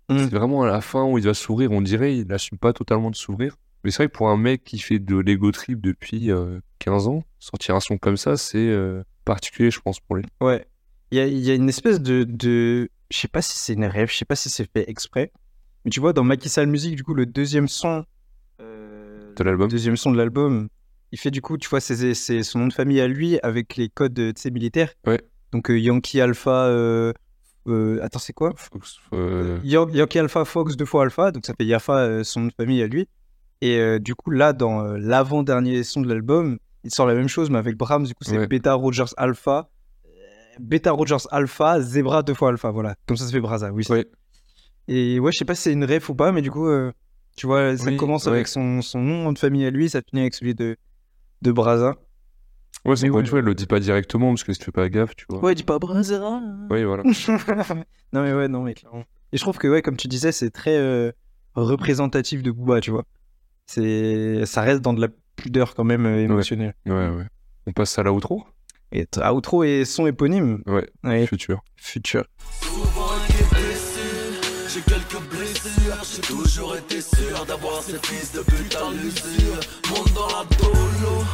Mm.
C'est vraiment à la fin où il va s'ouvrir, on dirait, il n'assume pas totalement de s'ouvrir. Mais c'est vrai que pour un mec qui fait de l'ego trip depuis euh, 15 ans, sortir un son comme ça, c'est euh, particulier, je pense, pour lui.
Ouais. Il y a, il y a une espèce de. de... Je sais pas si c'est une rêve, je sais pas si c'est fait exprès. Mais tu vois, dans Macky Sall Music, du coup, le deuxième son. euh,
De l'album.
le deuxième son de l'album, il fait du coup, tu vois, c'est son nom de famille à lui avec les codes de ses militaires.
Ouais.
Donc euh, Yankee Alpha. euh, euh, attends, c'est quoi
Fox, euh,
Yan- Yankee Alpha Fox, deux fois Alpha, donc ça fait Yafa, euh, son nom de famille à lui. Et euh, du coup, là, dans euh, l'avant-dernier son de l'album, il sort la même chose, mais avec Brahms, du coup, c'est
Ouais.
Beta Rogers Alpha, euh, Beta Rogers Alpha, Zebra, deux fois Alpha, voilà. Comme ça, ça fait Braza, oui.
Ouais.
Et ouais, je sais pas si c'est une ref ou pas, mais du coup, euh, tu vois, ça
Oui,
commence
ouais.
avec son, son nom de famille à lui, ça finit avec celui de, de Braza.
Ouais, c'est
Mais
quoi,
ouais.
tu vois, il le dit pas directement parce que si tu fais pas gaffe, tu vois.
Ouais, dis pas Braza.
Oui, voilà.
non, mais ouais, non, mais clairement. Et je trouve que, ouais, comme tu disais, c'est très euh, représentatif de Booba, tu vois. C'est... Ça reste dans de la pudeur quand même euh, émotionnelle.
Ouais, ouais. On passe à la outro
Et t- outro et son éponyme.
Ouais,
Ouais,
futur.
future.
Souvent été blessé, j'ai quelques blessures. J'ai toujours été sûr d'avoir ces fils de pute à l'usure. Monte dans la dolo,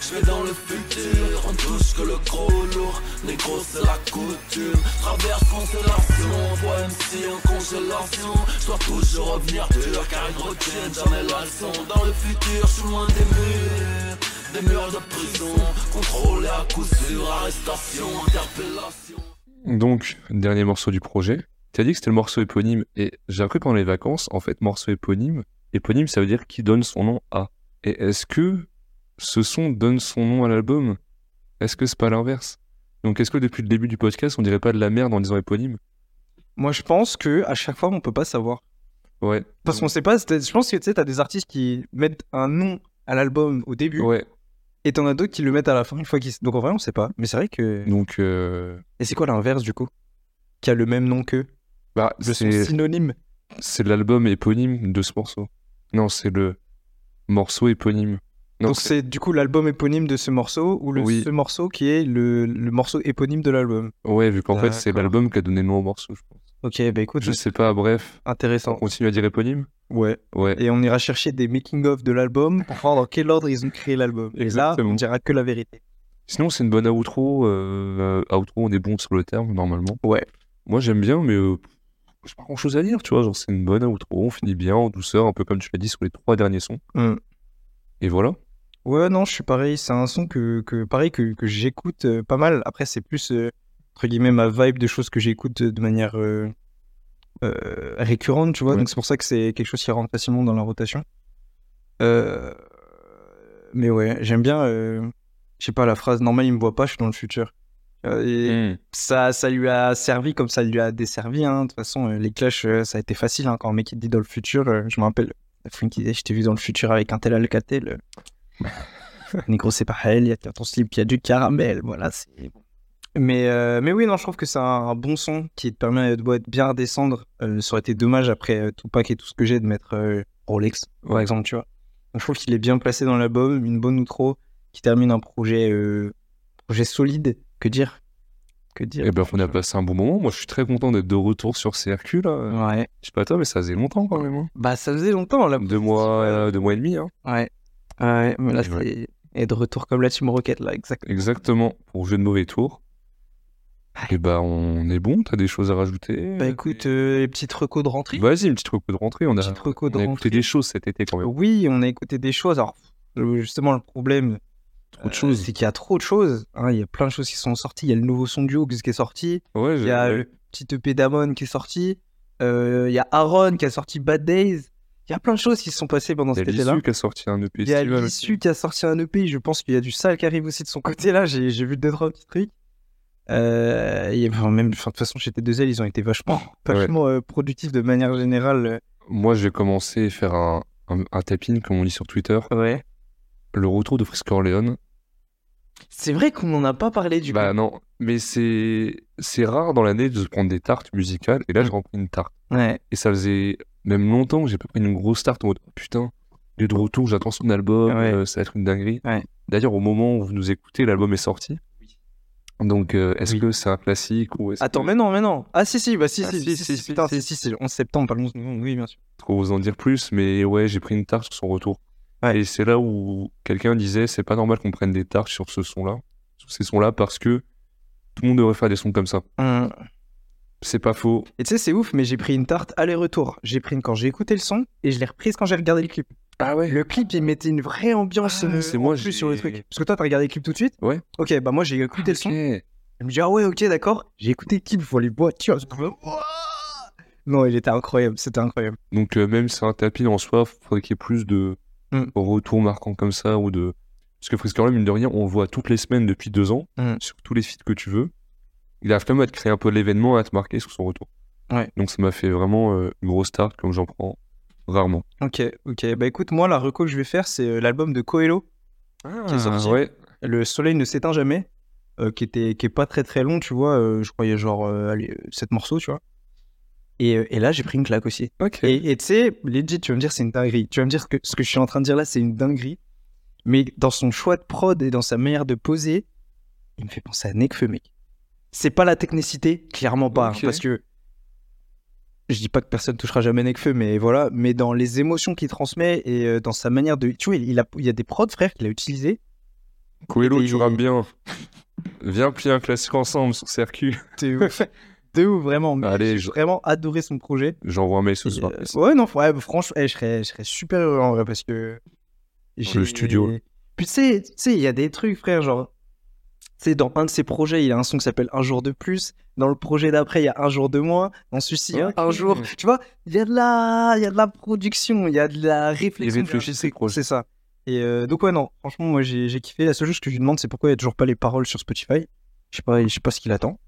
Je vais dans le futur, on touche que le gros lourd Négro c'est la coutume, traverse constellation Voix MC en congélation, je dois toujours revenir dur Car ils retiennent jamais la leçon Dans le futur, je suis loin des murs Des murs de prison, contrôlé à coup sûr Arrestation, interpellation
Donc, dernier morceau du projet. Tu as dit que c'était le morceau éponyme, et j'ai appris pendant les vacances, en fait, morceau éponyme, éponyme, ça veut dire qui donne son nom à. Et est-ce que ce son donne son nom à l'album Est-ce que c'est pas l'inverse Donc, est-ce que depuis le début du podcast, on dirait pas de la merde en disant éponyme
Moi, je pense que à chaque fois, on peut pas savoir.
Ouais.
Parce qu'on sait pas. c'est- Je pense que tu sais, t'as des artistes qui mettent un nom à l'album au début,
Ouais.
et t'en as d'autres qui le mettent à la fin une fois qu'ils. Donc en vrai, on sait pas. Mais c'est vrai que.
Donc, euh,
Et c'est quoi l'inverse du coup Qui a le même nom qu'eux
bah,
Le son
c'est-
synonyme.
c'est l'album éponyme de ce morceau. Non, c'est le morceau éponyme. Non,
Donc c'est du coup l'album éponyme de ce morceau ou le
Oui.
ce morceau qui est le, le morceau éponyme de l'album.
Ouais, vu qu'en fait, c'est
D'accord.
l'album qui a donné le nom au morceau, je pense.
Ok, bah écoute,
Je sais pas, bref. On
intéressant.
continue à dire éponyme
Ouais.
Ouais.
Et on ira chercher des making of de l'album pour voir dans quel ordre ils ont créé l'album. Et là,
Exactement.
on dira que la vérité.
Sinon, c'est une bonne outro. euh, outro, on est bon sur le terme, normalement.
Ouais.
Moi, j'aime bien, mais euh, j'ai pas grand chose à dire, tu vois. Genre, c'est une bonne outro. On finit bien, en douceur, un peu comme tu l'as dit sur les trois derniers sons.
Hmm.
Et voilà.
Ouais, non, je suis pareil. C'est un son que, que pareil que, que j'écoute euh, pas mal. Après, c'est plus euh, entre guillemets ma vibe de choses que j'écoute euh, de manière euh, euh, récurrente, tu vois.
Ouais.
Donc c'est pour ça que c'est quelque chose qui rentre facilement dans la rotation. Euh, Mais ouais, j'aime bien. euh, Je sais pas la phrase. Normal, il me voit pas. Je suis dans le futur. Euh, et ça, ça lui a servi comme ça lui a desservi. hein. De toute façon, euh, les clashs, euh, ça a été facile. hein. Quand un mec il te dit dans le futur, euh, je me rappelle, la fois qui disait Je t'ai vu dans le futur avec un tel Alcatel. euh. Négro, c'est pareil. Il y a ton slip, il y a du caramel. Voilà, c'est bon. Mais, euh, mais oui, non, je trouve que c'est un, un bon son qui te permet de ouais, de bien redescendre. Euh, ça aurait été dommage après euh, Tupac et tout ce que j'ai de mettre euh, Rolex, par exemple, tu vois. Donc, je trouve qu'il est bien placé dans l'album, une bonne outro qui termine un projet, euh, projet solide. Que dire Que dire
Et ben, on a passé un bon moment. Moi, je suis très content d'être de retour sur CRQ, là.
Ouais.
Je sais pas toi, mais ça faisait longtemps quand même. hein.
Bah, ça faisait longtemps, là.
Deux mois, euh, deux mois et demi. hein.
Ouais. Ouais, mais là,
Et ouais.
c'est. Et de retour comme là, tu me roquettes, là, exact.
Exactement. Pour jeu de mauvais tour. Et bah, on est bon. T'as des choses à rajouter
Bah, écoute, euh, les petites recos de rentrée.
Vas-y, une petite reco de rentrée. On a,
Petites recos de
on a
rentrée.
écouté des choses cet été quand même.
Oui, on a écouté des choses. Alors, le- justement, le problème,
Trop de
euh,
choses.
c'est qu'il y a trop de choses. hein. Il y a plein de choses qui sont sorties. Il y a le nouveau son du Hawks qui est sorti.
Ouais,
Il
j'ai-
y a
ouais.
le petit EP d'Amon qui est sorti. Euh, Il y a Aaron qui a sorti Bad Days. Il y a plein de choses qui se sont passées pendant
Il y a
cet été-là.
l'issue qui a sorti un EP
Il y a
estival.
l'issue qui a sorti un EP. Je pense qu'il y a du sale qui arrive aussi de son côté. Là, j'ai j'ai vu deux, trois petits trucs. Euh, et, enfin, même, enfin, de toute façon, chez T2L, ils ont été vachement, vachement euh, productifs de manière générale.
Moi, j'ai commencé à faire un, un, un tapping, comme on dit sur Twitter,
Ouais.
le retour de Frisk Orleans.
C'est vrai qu'on n'en a pas parlé du
Bah non, mais c'est c'est rare dans l'année de se prendre des tartes musicales, et là, j'ai rempli une tarte.
coup. Ouais.
Et ça faisait même longtemps que j'ai pas pris une grosse tarte en mode oh, putain, il est de retour, j'attends son album,
Ouais.
euh, ça va être une dinguerie.
Ouais.
D'ailleurs, au moment où vous nous écoutez, l'album est sorti. Donc, euh, est-ce que c'est un classique ou est-ce
Attends,
que-
mais non, mais non. Ah, si, si, bah, si,
Ah,
si,
si, si, si,
putain,
si.
si, si, c'est le 11 septembre, pas le 11 novembre, oui, bien sûr.
trop vous en dire plus, mais ouais, j'ai pris une tarte sur son retour.
Ouais.
Et c'est là où quelqu'un disait c'est pas normal qu'on prenne des tartes sur ce son-là, sur ces sons-là, parce que tout le monde devrait faire des sons comme ça.
Hum.
C'est pas faux.
Et tu sais, c'est ouf, mais j'ai pris une tarte aller-retour. J'ai pris une quand j'ai écouté le son et je l'ai reprise quand j'ai regardé le clip.
Ah ouais
Le clip, il mettait une vraie ambiance
Ah,
euh,
c'est
en
moi,
plus
j'ai-
sur le truc. Parce que toi, t'as regardé le clip tout de suite
Ouais.
Ok, bah moi, j'ai écouté le son. Je me dis, ah ouais, ok, d'accord. J'ai écouté le clip, je vois les voitures. je me dis, Ouah Non, il était incroyable, c'était incroyable.
Donc, euh, même si c'est un tapis en soi, faudrait qu'il y ait plus de
Mm.
retours marquants comme ça, ou de. Parce que Friscarla, mine de rien, on le voit toutes les semaines depuis deux ans,
Mm.
sur tous les feeds que tu veux. Il arrive quand même à te créer un peu l'événement, à te marquer sur son retour.
Ouais.
Donc, ça m'a fait vraiment euh, une grosse tarte, comme j'en prends rarement.
Ok, ok. Bah écoute, moi, la reco que je vais faire, c'est euh, l'album de Coelho, qui est sorti.
Ouais,
Le soleil ne s'éteint jamais, euh, qui, était, qui est pas très très long, tu vois. euh, je croyais genre, euh, allez, 7 morceaux, tu vois. Et, euh, et là, j'ai pris une claque aussi.
ok.
Et et tu sais, legit, tu vas me dire, c'est une dinguerie. Tu vas me dire que ce que je suis en train de dire là, c'est une dinguerie. Mais dans son choix de prod et dans sa manière de poser, il me fait penser à Nekfeu, mec. C'est pas la technicité, clairement pas. hein,
Ok.
parce que je dis pas que personne touchera jamais Nekfeu, mais voilà. Mais dans les émotions qu'il transmet et euh, dans sa manière de. Tu vois, il, il a, il y a des prods, frère, qu'il a utilisé.
Coelho,
Et-
tu rames bien. Viens plier un classique ensemble sur CRQ.
De ouf. De ouf, vraiment. Mais
Allez,
j'ai
je-
vraiment adoré son projet.
J'envoie un mail ce
Et,
soir.
euh, ouais, non, ouais, bah, franchement, eh, je, serais, je serais super heureux en vrai parce que. j'ai-
studio.
Puis tu sais, tu sais, il y a des trucs, frère, genre. Tu sais, dans un de ses projets, il y a un son qui s'appelle Un jour de plus. Dans le projet d'après, il y a Un jour de moins. Dans celui-ci, il y a un jour. Tu vois, il y, a de la... il y a de la production, il y a de la
Il
réflexion. il y a-
réfléchit ses projets.
C'est ça. Et euh, donc, ouais, non, franchement, moi j'ai j'ai kiffé. La seule chose que je lui demande, c'est pourquoi il n'y a toujours pas les paroles sur Spotify. Je sais pas, je sais pas ce qu'il attend.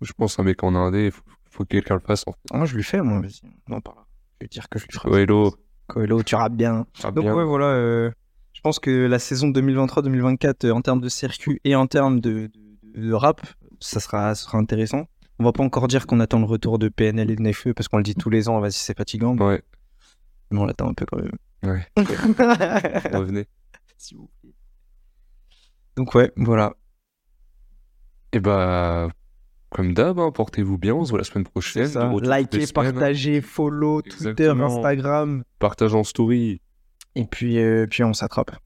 Je pense à un mec en indé, il faut, faut que quelqu'un le fasse. En fait.
Ah, je lui fais, moi, vas-y. Non, par là. Je vais dire que je lui ferai.
Coelho,
Coelho, tu rappes bien.
rames
Donc,
bien.
ouais, voilà. euh, je pense que la saison 2023-2024, euh, en termes de circuit et en termes de, de- de rap, ça sera, ça sera intéressant. On va pas encore dire qu'on attend le retour de PNL et de Nefeu parce qu'on le dit tous les ans, vas-y, c'est fatigant. Mais
Ouais,
on l'attend un peu quand même.
Ouais. revenez.
S'il vous plaît. Donc, ouais, voilà.
Et bah, comme d'hab, hein, portez-vous bien. On se voit la semaine prochaine.
C'est ça.
De retour toutes les
Likez,
semaines.
partagez, follow, Twitter,
Exactement.
Instagram.
Partage en story.
Et puis, euh, puis on s'attrape.